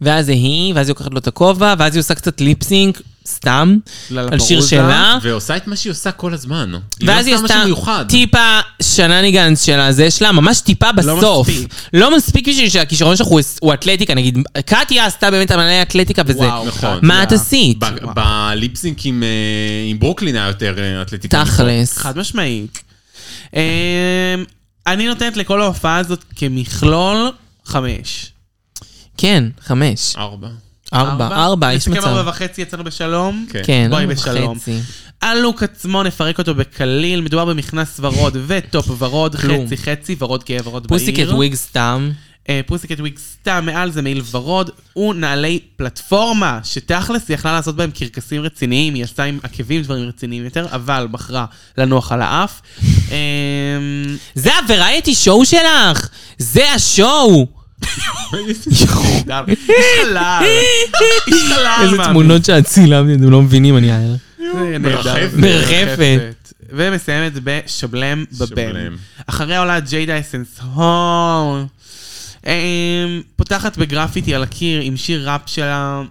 ואז זה היא, ואז היא לוקחת לו את הכובע, ואז היא עושה קצת ליפסינק, סתם, על
ללפרוזה.
שיר שלה.
ועושה את מה שהיא עושה כל הזמן.
ואז היא
לא עושה
עשתה
משהו מיוחד.
טיפה שנניגנס של הזה שלה, ממש טיפה בסוף.
מספיק.
לא מספיק בשביל שהכישרון שלך הוא- הוא אתלטיקה, נגיד, קטיה עשתה באמת המלא אתלטיקה וזה.
וואו,
נכון.
מה את עשית?
ב- בליפסינק עם, אה, עם ברוקלין היה יותר אה, אתלטיקה.
תכלס.
חד משמעית. אמ, אני נותנת לכל ההופעה הזאת כמכלול חמש.
כן, חמש.
ארבע.
ארבע, ארבע, יש
נסכם
מצב.
ארבע וחצי, יצאנו בשלום.
כן.
כן,
בואי
ארבע
בשלום.
וחצי.
הלוק עצמו, נפרק אותו בקליל, מדובר במכנס ורוד וטופ ורוד,
כלום.
חצי חצי, ורוד כהה ורוד בעיר.
פוסיקט וויג סתם.
אה, פוסיקט וויג סתם, מעל זה מעיל ורוד, ונעלי פלטפורמה, שתכלס היא יכלה לעשות בהם קרקסים רציניים, היא עשתה עם עקבים דברים רציניים יותר, אבל בחרה לנוח על האף. אה,
זה הוורייטי שואו שלך! זה השואו!
נהדר. איש חלל, איש חלל,
איזה
מאמי.
תמונות שאת צילמת, אתם לא מבינים, אני אעיר.
זה אה, נהדר.
מרחפת.
מרחפת.
ומסיימת בשבלם בבן.
שבלם.
אחריה עולה ג'יידה אסנס הום. אה, פותחת בגרפיטי על הקיר עם שיר ראפ שלה.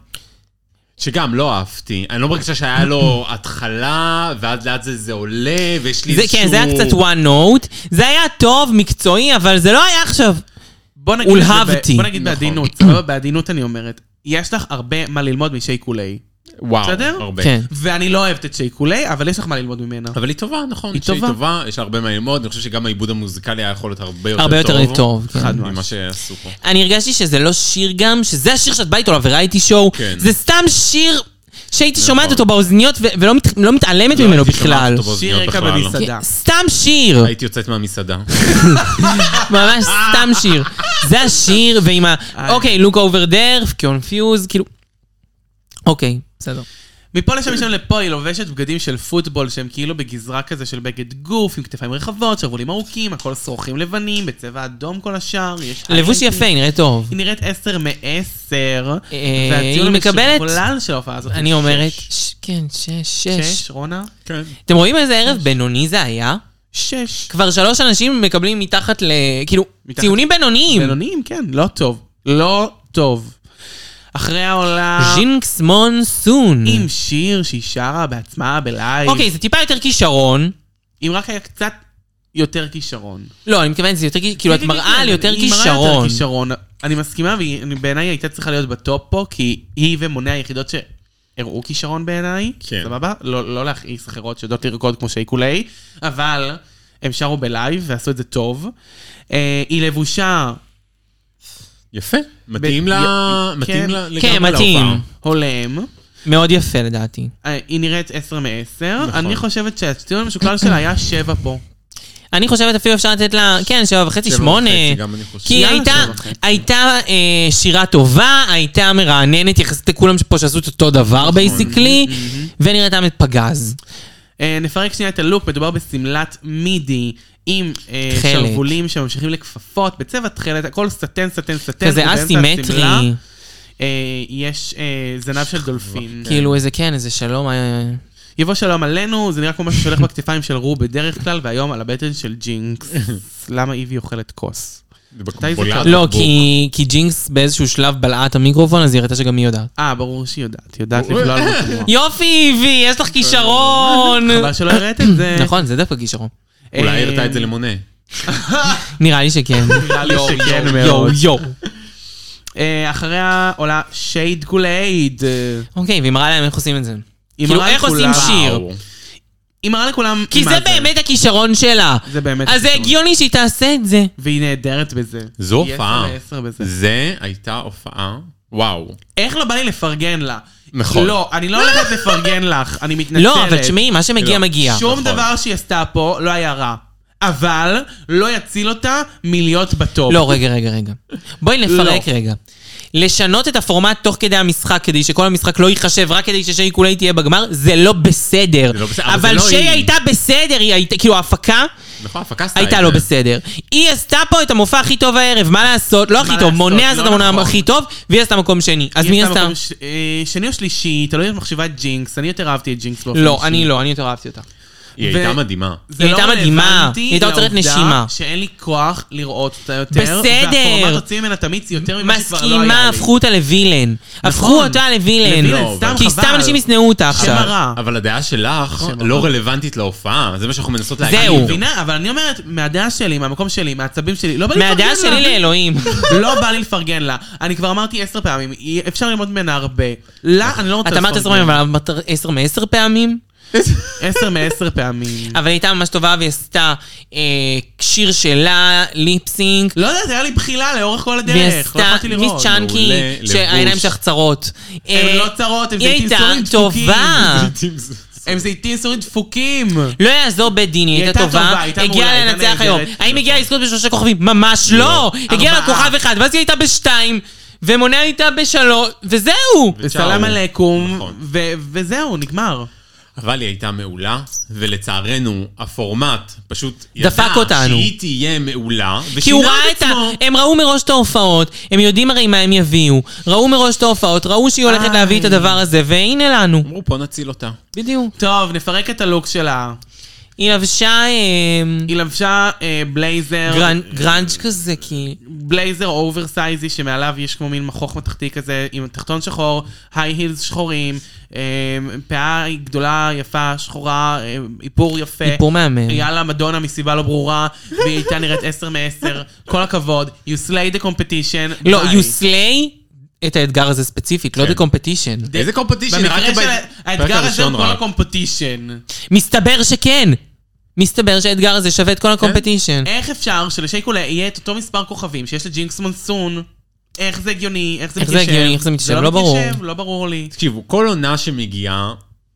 שגם לא אהבתי. אני לא מרגישה שהיה לו התחלה, ואז לאט זה זה עולה, ויש לי
זה כן, זה היה קצת one note. זה היה טוב, מקצועי, אבל זה לא היה עכשיו.
בוא נגיד, את זה ב-
הולהבתי.
בוא נגיד
נכון.
בעדינות, סבבה? בעדינות אני אומרת. יש לך הרבה מה ללמוד משייקולי.
וואו,
בסדר?
הרבה.
כן.
ואני לא אוהבת את שייקולי, אבל יש לך מה ללמוד ממנה.
אבל היא טובה, נכון.
היא
שהיא
טובה.
טובה, יש לה הרבה מה ללמוד, אני חושב שגם העיבוד המוזיקלי היה יכול להיות הרבה יותר טוב.
הרבה יותר טוב, כן.
חד
ממה
ממש.
שעשו פה. אני
אני הרגשתי שזה לא שיר גם, שזה השיר שאת באה איתו לוורייטי שואו.
כן.
זה סתם שיר שהייתי שומעת
נכון.
אותו באוזניות ו- ולא מת- לא מתעלמת
לא
ממנו
הייתי שומעת
בכלל.
אותו באוזניות
שיר רקע
בכלל, לא.
במסעדה.
כן, סתם שיר,
הייתי יוצאת מהמסעדה.
ממש סתם שיר. זה השיר, ועם ה...
אה.
אוקיי, look over there, קונפיוז, כאילו... אוקיי, בסדר.
מפה לשם משם לפה היא לובשת בגדים של פוטבול שהם כאילו בגזרה כזה של בגד גוף, עם כתפיים רחבות, שרוולים ארוכים, הכל שרוכים לבנים, בצבע אדום כל השאר. יש
לבוש
היילייטים.
יפה, היא נראית טוב.
היא נראית 10 מ-10,
אה,
והציון
היא מקבלת-
המשוקלל של ההופעה הזאת.
אני
הוא
אומרת,
שש.
ש- כן, שש, שש.
שש, רונה?
כן.
אתם רואים איזה ערב בינוני זה היה?
שש.
כבר שלוש אנשים מקבלים מתחת ל... כאילו,
מתחת.
ציונים בינוניים.
בינוניים, כן, לא טוב. לא טוב. אחרי העולה...
ז'ינקס מונסון.
עם שיר שהיא שרה בעצמה בלייב.
אוקיי, זה טיפה יותר כישרון.
אם רק היה קצת יותר כישרון.
לא, אני מתכוונת, זה יותר כישרון. כאילו, את
כן,
מראה
כן,
על יותר
היא מראה יותר
כישרון.
כישרון. אני מסכימה, ובעיניי הייתה צריכה להיות בטופ פה, כי היא ומונה היחידות שהראו כישרון בעיניי.
כן.
סבבה? לא לא להכעיס אחרות שיודעות לרקוד כמו שייקולי, אבל הם שרו בלייב ועשו את זה טוב. אה, היא לבושה
יפה. מתאים
ב-
לה...
י-
מתאים
כן.
לה לגמרי
כן, מתאים.
להופעה.
הולם.
מאוד יפה, לדעתי.
אה, היא נראית 10 מ-10.
נכון.
אני חושבת שהציון המשוקלל שלה היה 7 פה.
אני חושבת אפילו אפשר לתת לה, כן, שבע וחצי,
שבע
שמונה.
וחצי, גם אני חושב.
כי היא
יאללה,
הייתה,
שבע וחצי.
הייתה אה, שירה טובה, הייתה מרעננת יחסית לכולם פה שעשו את אותו דבר בייסיקלי, ונראתה מפגז.
אה, נפרק שנייה את הלוק, מדובר בשמלת מידי. עם אה,
תכלת.
שרוולים שממשיכים לכפפות, בצבע תכלת, הכל סטן, סטן, סטן.
כזה
ובאמצע
אסימטרי.
השמלה, אה, יש אה, זנב של דולפין.
כאילו איזה כן, איזה שלום. אה,
יבוא שלום עלינו, זה נראה כמו משהו שהולך בכתפיים של רו בדרך כלל, והיום על הבטן של ג'ינקס. למה איבי אוכלת כוס?
זה
מתי זה
בקבולת
קרה?
לא,
הבקבוק.
כי כי ג'ינקס באיזשהו שלב בלעה את המיקרופון, אז היא הראתה שגם היא יודעת.
אה, ברור שהיא יודעת, היא
אוקיי.
יודעת לבלוע על מקומו.
יופי, איבי, יש לך כישרון.
חבל שלא הראית את זה. אה,
נכון, זה דווקא כישרון.
אולי הראתה
אה,
את זה למונה.
נראה לי שכן.
נראה לי שכן
יואו,
מאוד.
יואו.
אה, אחריה עולה שייד גולייד. אה,
אוקיי, והיא מראה להם איך עושים את זה.
היא
כאילו,
מראה
איך עושים
לכולם-
שיר?
וואו.
היא מראה לכולם
כי
מה
זה באמת הכישרון שלה.
זה באמת
אז זה
הכישרון.
הגיוני שהיא תעשה את זה.
והיא נהדרת בזה.
זו
היא
הופעה.
עשר לעשר בזה.
זה הייתה הופעה, וואו.
איך לא בא לי לפרגן לה?
נכון.
לא, אני לא הולכת לפרגן לך, אני מתנצלת.
לא, אבל תשמעי, מה שמגיע
לא.
מגיע.
שום
נכון.
דבר שהיא עשתה פה לא היה רע. אבל לא יציל אותה מלהיות בטופ.
לא, רגע, רגע, רגע. בואי נפרק
לא.
רגע. לשנות את הפורמט תוך כדי המשחק, כדי שכל המשחק לא ייחשב, רק כדי ששי כולי תהיה בגמר, זה לא בסדר.
זה לא בסדר, אבל זה
אבל
לא
שי
היא.
הייתה בסדר, היא הייתה, כאילו ההפקה
נכון, הפקה עשתה
הייתה
את
לא
זה.
בסדר. היא עשתה פה את המופע הכי טוב הערב, מה לעשות? לא הכי טוב,
לעשות?
מונה
לא
עשה את המונה
נכון.
הכי טוב, והיא עשתה מקום שני. אז
היא
מי עשתה?
מקום ש- אה, שני או שלישי, תלוי אם את מחשיבה את ג'ינקס, אני יותר אהבתי את ג'ינקס באופן
לא,
אישי.
אני לא, אני יותר אהבתי אותה.
היא
ו-
הייתה מדהימה.
זה
היא
לא
הייתה מדהימה,
רלוונטי
היא הייתה עוצרת
לעובדה
נשימה.
שאין לי כוח לראות אותה יותר.
בסדר.
והפורמט הוציא ממנה תמיד יותר ממה שכבר לא היה לי. נכון.
מסכימה, הפכו אותה לווילן. הפכו אותה לווילן.
לווילן,
לא,
סתם
אבל-
כי
חבל.
סתם אנשים ישנאו אותה
שם
עכשיו.
הרע.
אבל הדעה שלך לא רלוונטית להופעה, זה מה שאנחנו מנסות להגיד.
זהו.
אני מבינה, אבל אני אומרת, מהדעה שלי, מהמקום שלי, מהעצבים שלי, לא בא לי לפרגן
מהדעה
לה.
שלי לאלוהים.
לא בא לי לפרגן לה. אני כבר אמרתי עשר פעמים, היא- אפשר ללמוד ממנה הרבה. לה, אני לא רוצה
את אמרת עשר פעמים, אבל אמרת עשר מעשר פעמים.
עשר מעשר פעמים.
אבל היא הייתה ממש טובה והיא עשתה אה, שיר שלה, ליפסינק.
לא יודעת, היה לי בחילה לאורך כל
והיא
הדרך. לא
עשתה
יכולתי
מיס
לראות.
צ'אנקי,
מעולה, לבוש.
שהעיניים שלך צרות.
הן
אה,
לא צרות, הן
היא
זיתים
הייתה
סורים דפוקים.
טובה.
הם זיתים סורים דפוקים.
לא יעזור בית דין, היא הייתה טובה,
הייתה מעולה,
הגיעה
הייתה
לנצח היום.
נהדרת.
האם הגיעה לזכות בשלושה כוכבים? ממש לא. הגיעה
ארבעה.
לכוכב אחד, ואז היא הייתה בשתיים, ומונע הייתה בשלוש, וזהו.
סלאם עליכום,
נכון.
ו- וזהו, נגמר.
אבל היא הייתה מעולה, ולצערנו, הפורמט פשוט
דפק אותנו.
שהיא תהיה מעולה, ושינה
כי הוא ראה את ה...
עצמו.
הם ראו מראש את ההופעות, הם יודעים הרי מה הם יביאו. ראו מראש את ההופעות, ראו שהיא הולכת
איי.
להביא את הדבר הזה, והנה לנו.
אמרו, בוא נציל אותה.
בדיוק.
טוב, נפרק את הלוק שלה.
היא לבשה אה,
היא לבשה אה, בלייזר.
גרנ- גראנג' כזה, כי...
בלייזר אוברסייזי שמעליו יש כמו מין מכוך מתחתי כזה עם תחתון שחור, היי הילס שחורים, אה, פאה גדולה, יפה, שחורה, אה, איפור יפה.
איפור מהמם.
יאללה מדונה מסיבה לא ברורה, והיא הייתה נראית 10 מ-10. כל הכבוד, you slay the competition.
לא,
ביי.
you slay את האתגר הזה ספציפית, לא
כן.
the competition.
איזה קומפטישן, רק
במקרה של
בפרק
האתגר הזה
הראשון
הוא כל
רק.
הקומפטישן.
מסתבר שכן. מסתבר שהאתגר הזה שווה את כל הקומפטישן.
איך אפשר שלשייקולה יהיה את אותו מספר כוכבים שיש לג'ינקס מונסון? איך זה הגיוני? איך זה
איך
מתיישב?
זה הגיוני? איך זה מתיישב? לא ברור.
מתיישב, לא ברור לי.
תקשיבו, כל עונה שמגיעה,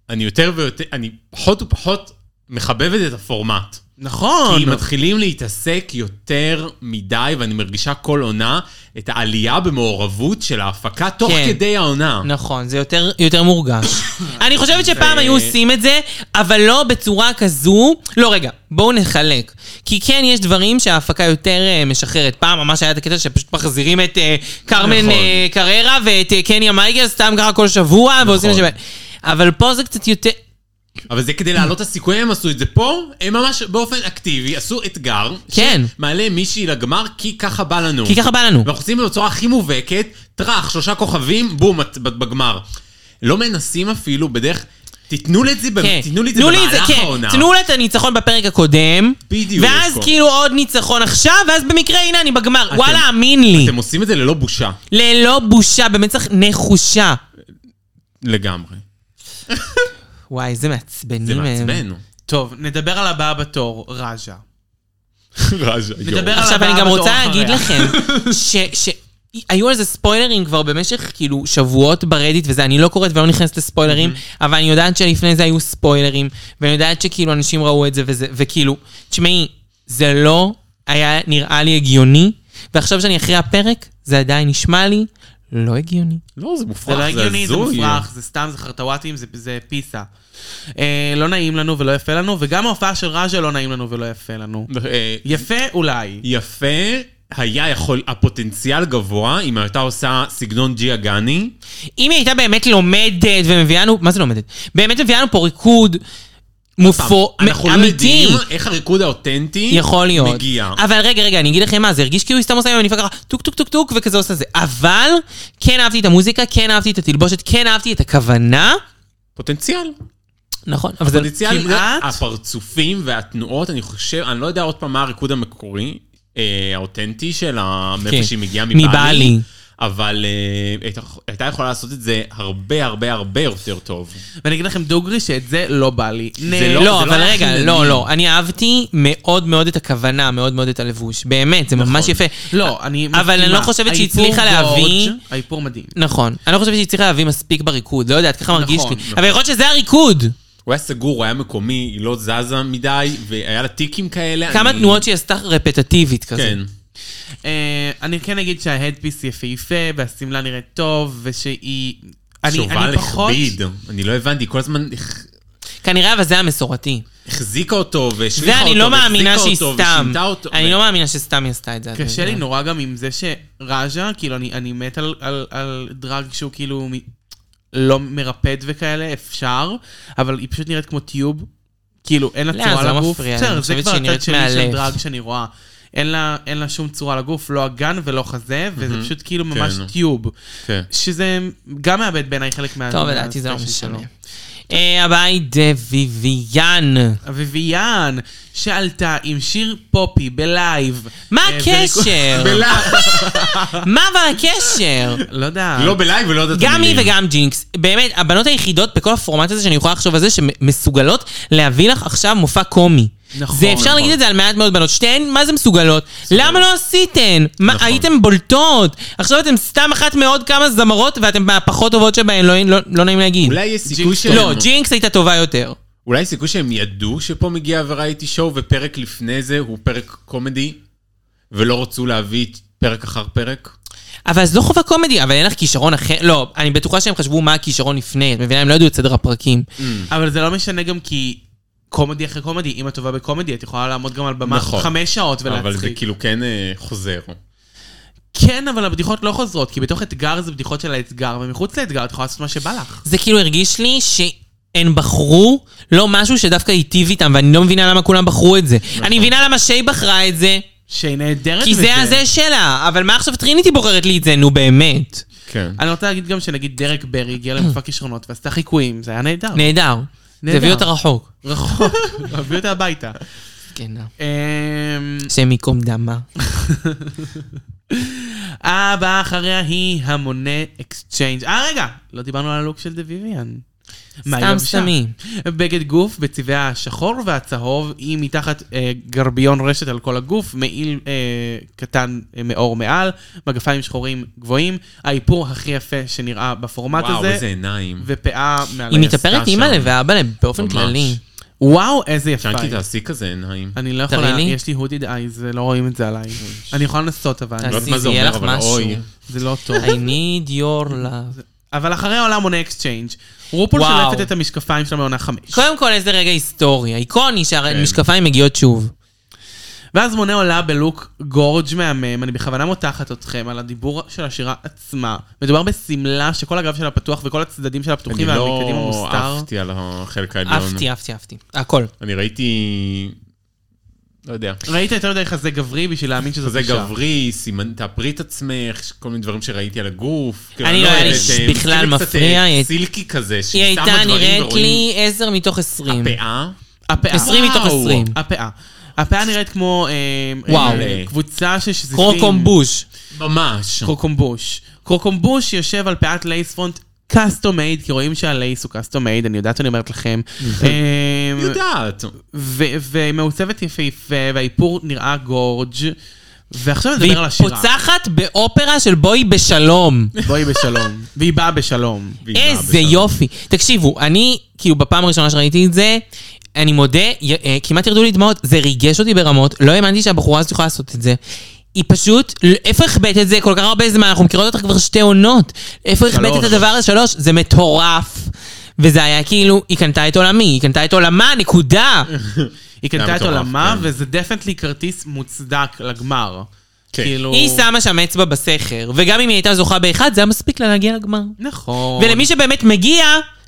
אני יותר ויותר, אני פחות ופחות מחבבת את הפורמט.
נכון.
כי מתחילים להתעסק יותר מדי, ואני מרגישה כל עונה את העלייה במעורבות של ההפקה תוך
כן.
כדי העונה.
נכון, זה יותר, יותר מורגש. אני חושבת שפעם היו עושים את זה, אבל לא בצורה כזו. לא, רגע, בואו נחלק. כי כן, יש דברים שההפקה יותר uh, משחררת. פעם ממש היה את הקטע שפשוט מחזירים את uh, קרמן
נכון.
uh, קררה ואת uh, קניה מייגל סתם ככה כל שבוע, ועושים את זה. אבל פה זה קצת יותר...
אבל זה כדי להעלות את הסיכויים, הם עשו את זה פה, הם ממש באופן אקטיבי עשו אתגר.
כן.
שמעלה מישהי לגמר, כי ככה בא לנו.
כי ככה בא לנו.
ואנחנו עושים את זה בצורה הכי מובהקת, טראח, שלושה כוכבים, בום, את ב- בגמר. לא מנסים אפילו בדרך... תיתנו לי את זה,
כן.
במ- תיתנו לי את זה
תנו לי את זה,
במהלך
כן.
העונה.
תנו לה את הניצחון בפרק הקודם.
בדיוק. נכון.
ואז כאילו עוד ניצחון עכשיו, ואז במקרה, הנה אני בגמר.
אתם-
וואלה, האמין לי.
אתם עושים את זה ללא בושה.
ללא בושה, באמת צריך נחושה.
לגמרי.
וואי, איזה מעצבנים
זה
הם.
מעצבן.
טוב, נדבר על הבאה בתור, ראז'ה.
רז'ה, יואו.
נדבר על
עכשיו,
הבאה
אני גם
בתור
רוצה
אחריה.
להגיד לכם, ש... ש- היו על זה ספוילרים כבר במשך כאילו שבועות ברדיט וזה, אני לא קוראת ולא נכנסת לספוילרים, אבל אני יודעת שלפני זה היו ספוילרים, ואני יודעת שכאילו אנשים ראו את זה וזה, וכאילו, תשמעי, זה לא היה נראה לי הגיוני, ועכשיו שאני אחרי הפרק, זה עדיין נשמע לי לא הגיוני.
לא, זה
זה
מופרך,
לא
זה
הגיוני, זה
הזוי. אה.
מופרך, זה סתם, זה חרטוואטים, זה- זה פיסה. אה, לא נעים לנו ולא יפה לנו, וגם ההופעה של רג'ה לא נעים לנו ולא יפה לנו.
אה,
יפה אולי.
יפה, היה יכול, הפוטנציאל גבוה אם הייתה עושה סגנון ג'י אגני.
אם היא הייתה באמת לומדת ומביאה לנו, מה זה לומדת? באמת מביאה לנו פה ריקוד מופו,
אנחנו לא
אמיתי.
יודעים איך הריקוד האותנטי
יכול להיות.
מגיע.
אבל רגע, רגע, אני אגיד לכם מה, זה הרגיש כאילו היא סתם עושה עם המניפה ככה, טוק טוק טוק טוק, וכזה עושה זה. אבל, כן אהבתי את המוזיקה, כן אהבתי את התלבושת, כן אהבתי את הכוונה.
פוטנציאל.
נכון, אבל זה...
פוטנציאל
כמעט-
הפרצופים והתנועות, אני חושב, אני לא יודע עוד פעם מה הריקוד המקורי, אה, האותנטי של ה- מאיפה
כן.
שהיא מגיעה
מבעלי.
מבעלי. אבל אה, הייתה- הייתה יכולה לעשות את זה הרבה הרבה הרבה יותר טוב.
ואני אגיד לכם דוגרי שאת זה לא בא לי.
זה
נה-
לא-
לא, אבל
היה
רגע,
חינני.
לא, לא. אני אהבתי מאוד מאוד את הכוונה, מאוד מאוד את הלבוש. באמת, זה
נכון.
ממש יפה.
לא, אני
אבל אני
מסכימה.
לא חושבת שהיא
האיפור
הצליחה
גורג',
להביא-
האיפור מדהים.
נכון. אני לא חושבת שהיא צריכה להביא מספיק בריקוד, לא יודעת, ככה מרגיש לי.
נכון.
אבל יכול להיות שזה הריקוד.
הוא היה סגור, הוא היה מקומי, היא לא זזה מדי, והיה לה טיקים כאלה.
כמה
אני-
תנועות שהיא עשתה רפטטיבית כזה.
כן.
אה, אני כן אגיד שההדפיס יפהפה, והשמלה נראית טוב, ושהיא... אני-
שובל
אני פחות-
הכביד, אני לא הבנתי, כל הזמן הח-
כנראה, אבל זה המסורתי.
החזיקה אותו והשליכה
זה
אותו,
אני לא
והחזיקה
מאמינה
אותו,
שהיא סתם.
ושינתה אותו.
אני לא מאמינה שסתם היא עשתה את זה.
קשה
אני
לי
לא-
נורא גם עם זה שראז'ה, כאילו, אני, אני מת על, על, על דרג שהוא כאילו מ... לא מרפד וכאלה, אפשר, אבל היא פשוט נראית כמו טיוב. כאילו, אין לה
לא,
צורה
זה לא
לגוף.
מפריע, אני
זה
חושבת
כבר
שהיא
הצד
נראית
שלי של
מאלף.
דרג שאני רואה. אין לה, אין לה שום צורה לגוף, לא אגן ולא חזה, וזה פשוט כאילו ממש
כן.
טיוב.
כן.
שזה גם מאבד בעיניי חלק מה...
טוב,
מה-
לדעתי זה לא
מהקושי
משנה.
שלו.
אה, הבאה היא דוויביאן.
אביביאן, שעלתה עם שיר פופי בלייב.
מה
אה,
הקשר?
בלייב.
מה אבל הקשר?
לא יודע.
לא בלייב ולא יודעת
גם היא
המילים.
וגם ג'ינקס, באמת, הבנות היחידות בכל הפורמט הזה שאני יכולה לחשוב על זה, שמסוגלות להביא לך עכשיו מופע קומי.
נכון,
זה אפשר
נכון.
להגיד את זה על מעט מאוד בנות. שתיהן, מה זה מסוגלות? למה לא עשיתן? מה,
נכון.
הייתם בולטות? עכשיו אתם סתם אחת מעוד כמה זמרות, ואתם מהפחות טובות שבהן, לא- לא- לא נעים להגיד.
אולי יש סיכוי שהם...
כן.
לא, ג'ינקס הייתה טובה יותר.
אולי יש סיכוי שהם ידעו שפה מגיע וריאיטי שואו, ופרק לפני זה הוא פרק קומדי, ולא רצו להביא פרק אחר פרק?
אבל אז לא חובה קומדי, אבל אין לך כישרון אחר, לא, אני בטוחה שהם חשבו מה הכישרון לפני, את מבינה? הם לא ידעו את סדר הפרקים.
אבל זה לא משנה גם כי קומדי אחרי קומדי, אם את טובה בקומדי, את יכולה לעמוד גם על במה
נכון.
חמש שעות ולהצחיק.
אבל זה כאילו כן אה, חוזר.
כן, אבל הבדיחות לא חוזרות, כי בתוך אתגר זה בדיחות של האתגר, ומחוץ לאתגר את יכולה לעשות מה שבא לך.
זה כאילו הרגיש לי שהן בחרו לא משהו שדווקא היטיב איתם, ואני לא מבינה למה כולם בחרו את זה.
נכון.
אני מבינה למה שיי בחרה את זה,
שהיא נהדרת
כי זה הזה שלה, אבל מה עכשיו טריניטי בוחרת לי את זה, נו באמת.
כן.
אני רוצה להגיד גם שנגיד דרק ברי הגיע למופע כישרונות ועשתה חיקויים, זה היה נהדר.
נהדר. זה
אה. נהדר.
הביא אותה רחוק. נכון.
רחוק, הביא אותה הביתה.
כן,
אמ,
השם ייקום דמה.
הבאה אחריה היא המונה אקסצ'יינג'. אה, רגע, לא דיברנו על הלוק של דה ויויאן. מה, היא לא
סתם
לבשה?
סתמי.
בגד גוף בצבעי השחור והצהוב, היא מתחת אה, גרביון רשת על כל הגוף, מעיל אה, קטן אה, מאור מעל, מגפיים שחורים גבוהים, האיפור הכי יפה שנראה בפורמט
וואו,
הזה,
איזה עיניים.
ופאה מעל
היא
היס.
מתאפרת
עשתה
אימא
שם.
ואבא להם באופן
ממש.
כללי.
וואו, איזה יפה
צ'אנקי
היא.
תעשי כזה עיניים.
אני לא
תראי
יכולה,
לי.
יש לי הודיד אייז, לא רואים את זה עליי. אני יכולה לנסות אבל,
לא יודעת
אז
מה זה
יהיה
אומר,
לך
אבל
משהו.
אוי.
זה לא טוב.
I need your love.
אבל אחרי העולם עונה אקסצ'יינג'. רופול
וואו.
שולפת את המשקפיים שלה מעונה חמש.
קודם כל, איזה רגע היסטורי, איקוני שהמשקפיים מגיעות שוב.
ואז מונה עולה בלוק גורג' מהמם, אני בכוונה מותחת אתכם על הדיבור של השירה עצמה. מדובר בשמלה שכל הגב שלה פתוח וכל הצדדים שלה
אני
פתוחים והמקדים
לא
המוסתר.
עפתי על החלק העליון.
עפתי, עפתי, עפתי. הכל.
אני ראיתי... לא יודע.
ראית יותר מדי חזה גברי בשביל להאמין שזו
זה
אישה.
גברי, סימן, תאפרי את עצמך, ש- כל מיני דברים שראיתי על הגוף. כאילו,
אני לא היה לי
יודעת, אה,
בכלל
כאילו קצת,
מפריע,
אה,
היא-
סילקי כזה,
היא
שהיא
הייתה
שמה דברים
נראית
ורואים
לי 10 מתוך 20.
פאה.
הפאה.
20 מתוך
וואו,
20.
הפאה. הפאה נראית כמו אה,
וואו.
אה, קבוצה של שזיפים.
קרוקומבוש.
ממש.
קרוקומבוש. קרוקומבוש יושב על פאת לייס פרונט קאסטום מייד, כי רואים שהלייס הוא קאסטום מייד, אני יודעת שאני אומרת לכם.
נכון.
אה,
יודעת.
ו- ומעוצבת יפהפה, והאיפור נראה גורג'. ועכשיו
והיא
נדבר על השירה.
פוצחת באופרה של בואי בשלום.
בואי בשלום. והיא באה בשלום.
והיא באה
איזה
בשלום.
יופי. תקשיבו, אני, כאילו, בפעם הראשונה שראיתי את זה, אני מודה, י- אה, כמעט ירדו לי דמעות, זה ריגש אותי ברמות, לא האמנתי שהבחורה הזאת יכולה לעשות את זה. היא פשוט, ל- איפה החבאת את זה כל כך הרבה זמן? אנחנו מכירות אותך כבר שתי עונות. איפה החבאת את
שלוש.
הדבר הזה? שלוש, זה מטורף. וזה היה כאילו, היא קנתה את עולמי, היא קנתה את עולמה, נקודה.
היא קנתה
היה
את
מטורף,
עולמה,
כן.
וזה דפנטלי כרטיס מוצדק לגמר.
כן.
כאילו...
היא שמה שם אצבע בסכר, וגם אם היא הייתה זוכה באחד, זה היה מספיק לה להגיע לגמר.
נכון.
ולמי שבאמת מגיע,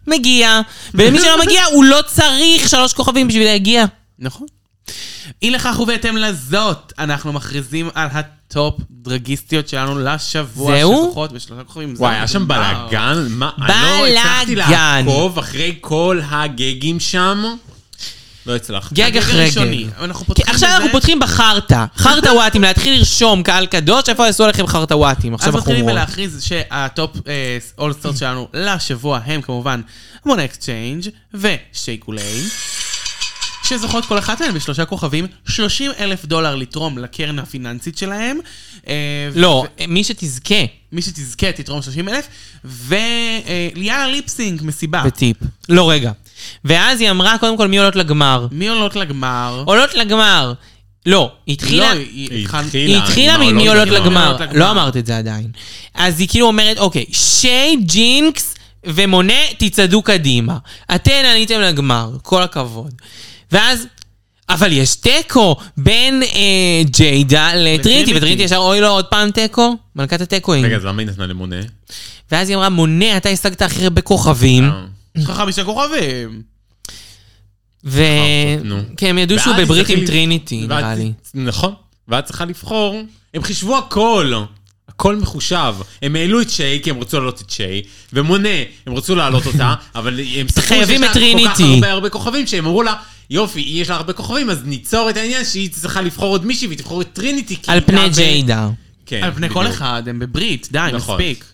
מגיע. ולמי שלא מגיע, הוא לא צריך שלוש כוכבים בשביל להגיע.
נכון. אי לכך ובהתאם לזאת, אנחנו מכריזים על הטופ דרגיסטיות שלנו לשבוע
זהו?
שזוכות בשלושה כוכבים.
וואי, היה שם בלאגן? מה, אני לא הצלחתי
בלאגן.
לעקוב אחרי כל הגגים שם. לא הצלחתי.
גג אחרי
ראשוני.
גג.
אנחנו
כן,
פותחים
עכשיו
בזה.
אנחנו פותחים בחרטא, חרטאוואטים, להתחיל לרשום, קהל קדוש, איפה עשו עליכם חרטאוואטים?
אז
עכשיו
מתחילים
החומרות.
בלהכריז שהטופ אולסטארט שלנו לשבוע הם כמובן מונה אקסצ'יינג' ושייקוליין. שזוכות כל אחת מהן בשלושה כוכבים, 30 אלף דולר לתרום לקרן הפיננסית שלהם. אה, ו-
לא, מי שתזכה
מי שתזכה תתרום 30 אלף, וליאנה ליפסינג מסיבה.
בטיפ. לא, רגע. ואז היא אמרה, קודם כל, מי עולות לגמר?
מי עולות לגמר?
עולות לגמר. לא, היא התחילה...
לא,
היא
התחל-
התחילה.
היא התחילה
עם
ממי
העולות
עולות
לגמר.
לגמר.
עולות לגמר.
לא אמרת את זה עדיין. אז היא כאילו אומרת, אוקיי, שי, ג'ינקס ומונה, תצעדו קדימה. אתן עליתם לגמר, כל הכבוד. ואז... אבל יש תיקו בין אה, ג'יידה לטריניטי,
לטריניטי.
וטריניטי ישר, אוי לו, עוד פעם תיקו? מלכת התיקואים.
רגע, אז למה היא נתנה למונה?
ואז היא אמרה, מונה, אתה השגת הכי הרבה כוכבים.
אה.
יש לך חמישה כוכבים.
ו...
נו.
כי הם ידעו שהוא
ואז
בברית עם
צריך-
טריניטי,
ואת-
נראה לי.
נכון. ואת צריכה לבחור. הם חישבו הכל. הכל מחושב. הם העלו את שיי כי הם רצו להעלות את שיי, ומונה, הם רצו להעלות אותה, אבל הם סיפרו שיש
חייבים
לה
את
כל כך
טריניטי.
הרבה הרבה כוכבים, שהם אמרו לה, יופי, יש לה הרבה כוכבים, אז ניצור את העניין שהיא צריכה לבחור עוד מישהי, והיא תבחור את טריניטי. כי
על
היא
פני
הייתה ב-
ג'יידה.
כן.
על פני כל
בדיוק.
אחד, הם בברית, די,
נכון.
מספיק.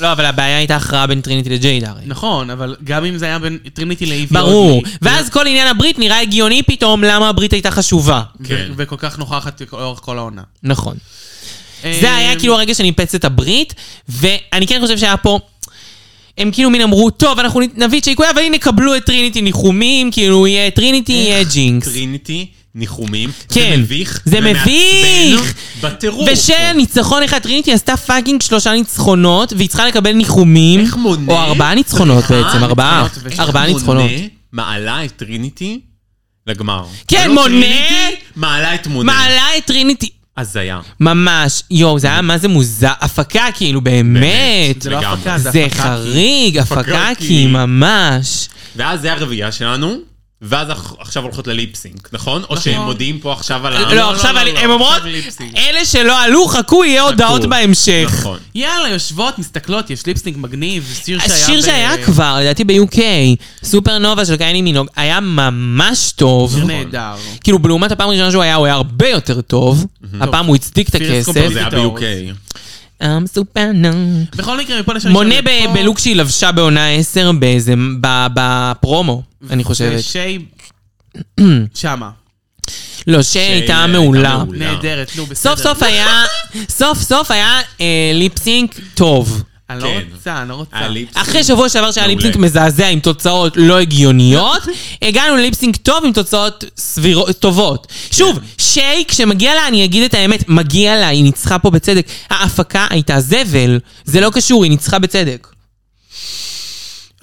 לא, אבל הבעיה הייתה הכרעה בין טריניטי לג'יידה הרי.
נכון, אבל גם אם זה היה בין טריניטי לאיבי
לא
ברור.
אודלי,
ואז כל עניין הברית נראה הגיוני פתאום למה הברית הייתה חשובה.
ו-
כן.
וכל כך נוכחת לאורך כל העונה. אה,
נכון. זה היה כאילו הרגע שניפץ את הברית, ואני כן חושב שהיה פה... הם כאילו מין אמרו, טוב, אנחנו נביא את שיקוי, אבל הנה קבלו את טריניטי ניחומים, כאילו יהיה טריניטי, יהיה ג'ינקס.
טריניטי, ניחומים.
כן.
זה מביך.
זה מביך!
מעצבן בטירוף.
ושניצחון אחד, טריניטי עשתה פאקינג שלושה ניצחונות, והיא צריכה לקבל ניחומים.
איך מונה? אה,
או ארבעה ניצחונות
סליחה?
בעצם, ארבעה.
ניצחונות ו-
איך
ארבעה
מונה
ניצחונות.
מעלה את טריניטי לגמר.
כן,
ולא
מונה-
טריניטי מעלה את מונה.
מעלה את טריניטי.
הזיה.
ממש, יואו, זה היה מה זה מוזר, הפקה כאילו, באמת.
באמת.
זה לא
לגמרי.
הפקה, זה
זה
הפקה.
חריג, הפקה
הפקה
כי
כי-
ממש.
ואז זה הרביעייה שלנו, ואז אח- עכשיו הולכות לליפסינק, נכון? או שהם מודיעים פה עכשיו על ה...
לא, עכשיו אני-
לא,
הן
לא,
אומרות,
עכשיו ליפסינג.
אלה שלא עלו, חכו, יהיה הודעות
חכו.
בהמשך.
נכון.
יאללה, יושבות, מסתכלות, יש ליפסינג מגניב, שיר שהיה...
השיר
ב-
שהיה כבר, לדעתי ב-UK, סופרנובה של קייני מינוג, היה ממש טוב.
שיר נהדר.
כאילו, לעומת הפעם הראשונה שהוא היה, הוא היה הרבה יותר טוב. הפעם הוא הצדיק את
פירס
הכסף.
קומפוזיט.
זה היה
טעות.
ב-UK.
I'm סופרנובה.
בכל מקרה, מפה לשם...
מונה ב- בלוק שהיא לבשה בעונה 10 באיזה, ב- בפרומו, אני חושבת.
שי... שמה.
לא, שהייתה
שהייתה
מעולה.
מעולה.
נהדרת, נו, בסדר.
סוף סוף היה, סוף סוף היה אה, ליפסינק טוב.
אני לא
כן.
רוצה, אני לא רוצה.
אה,
היה ליפסינק.
אחרי שבוע שעבר שהיה
מעולה.
ליפסינק מזעזע עם תוצאות לא הגיוניות, הגענו לליפסינק טוב עם תוצאות סבירות, טובות. שוב, שיי, כשמגיע לה, אני אגיד את האמת, מגיע לה, היא ניצחה פה בצדק. ההפקה הייתה זבל, זה לא קשור, היא ניצחה בצדק.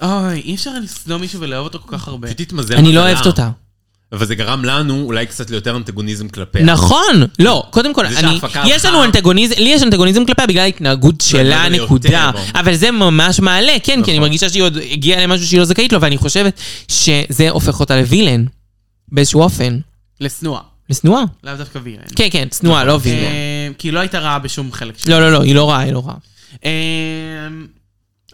אוי, אי אפשר לשנוא מישהו ולאהוב אותו כל כך הרבה.
פשוט התמזל
אני לא
מזלה.
אוהבת אותה.
אבל זה גרם לנו אולי קצת ליותר אנטגוניזם כלפיה.
נכון, לא, קודם כל,
זה
אני,
שההפקה
יש לנו
הלכה-
אנטגוניזם, לי יש אנטגוניזם כלפיה בגלל ההתנהגות שלה,
אבל יותר נכון.
נקודה,
בו.
אבל זה ממש מעלה, כן, כי אני מרגישה שהיא עוד הגיעה למשהו שהיא לא זכאית לו, ואני חושבת שזה הופך אותה לווילן, באיזשהו אופן,
לשנואה.
לשנואה.
לאו דווקא וירן.
כן, כן, שנואה, לא
נכון.
וילן.
אה, כי היא לא הייתה רעה בשום חלק שלה.
לא, לא, לא, היא לא רעה, היא לא רעה.
אה,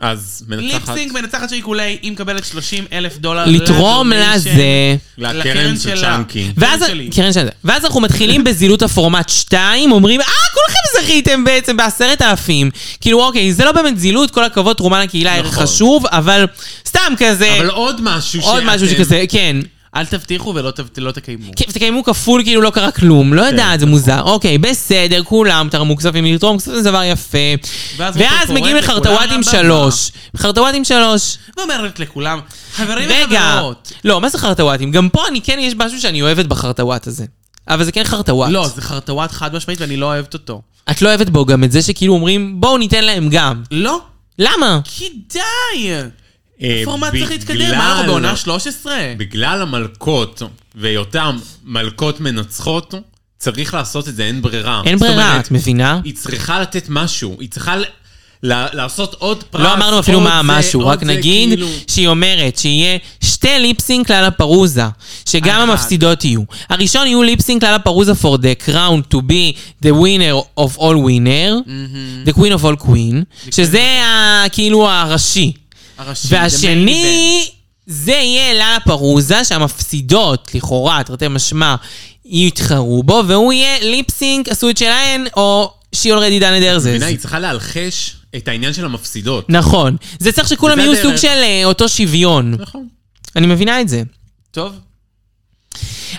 אז מנצחת.
ליפסינג מנצחת של עיקולי, היא מקבלת 30 אלף דולר.
לתרום לה
לדוניישן.
זה.
לקרן של צ'אנקי.
ואז,
קרן שלי.
קרן שלי. ואז אנחנו מתחילים בזילות הפורמט 2, אומרים, אה, כולכם זכיתם בעצם בעשרת אלפים. כאילו, אוקיי, זה לא באמת זילות, כל הכבוד, תרומה לקהילה, ערך
נכון.
לא
חשוב, אבל סתם כזה,
אבל עוד משהו
עוד משהו שכזה, כן.
אל תבטיחו ולא תב- לא תקיימו.
כן, תקיימו כפול, כאילו לא קרה כלום. לא
כן,
יודעת,
נכון.
זה מוזר. אוקיי, בסדר, כולם תרמו כספים לתרום, כספים זה דבר יפה.
ואז
ואז
מוטו
מגיעים
פורט לכולם
לחרטוואטים
לבמה.
שלוש. חרטוואטים שלוש.
ואומרת לכולם, חברים
רגע.
וחברות.
לא, מה זה חרטוואטים? גם פה אני כן, יש משהו שאני אוהבת בחרטוואט הזה. אבל זה כן חרטוואט.
לא, זה חרטוואט חד משמעית ואני לא אוהבת אותו.
את לא אוהבת בו גם את זה שכאילו אומרים, בואו ניתן להם גם.
לא,
למה?
כי די!
אה,
הפורמט צריך להתקדם,
בגלל-
מה אנחנו בעונה 13?
בגלל המלכות והיותן מלכות מנצחות, צריך לעשות את זה, אין ברירה.
אין
זאת
ברירה,
אומרת,
את מבינה?
היא צריכה לתת משהו, היא צריכה ל- ל- לעשות עוד פרס.
לא אמרנו אפילו
עוד
מה
זה,
משהו,
עוד
רק
זה,
נגיד
כאילו-
שהיא אומרת שיהיה שתי ליפסינק כלל הפרוזה, שגם
אחד.
המפסידות יהיו. הראשון יהיו ליפסינק כלל הפרוזה for the crown to be the winner of all winner, the queen of all queen, שזה ה- כאילו הראשי.
הראשי, the main event.
והשני, זה יהיה לה פרוזה שהמפסידות, לכאורה, תרתי משמע, יתחרו בו, והוא יהיה ליפסינק, עשו את שלהן, או she already done it theirs.
בעיניי היא צריכה להלחש את העניין של המפסידות.
נכון. זה צריך שכולם
וזה
יהיו
הדרך.
סוג של אה, אותו שוויון.
נכון.
אני מבינה את זה.
טוב.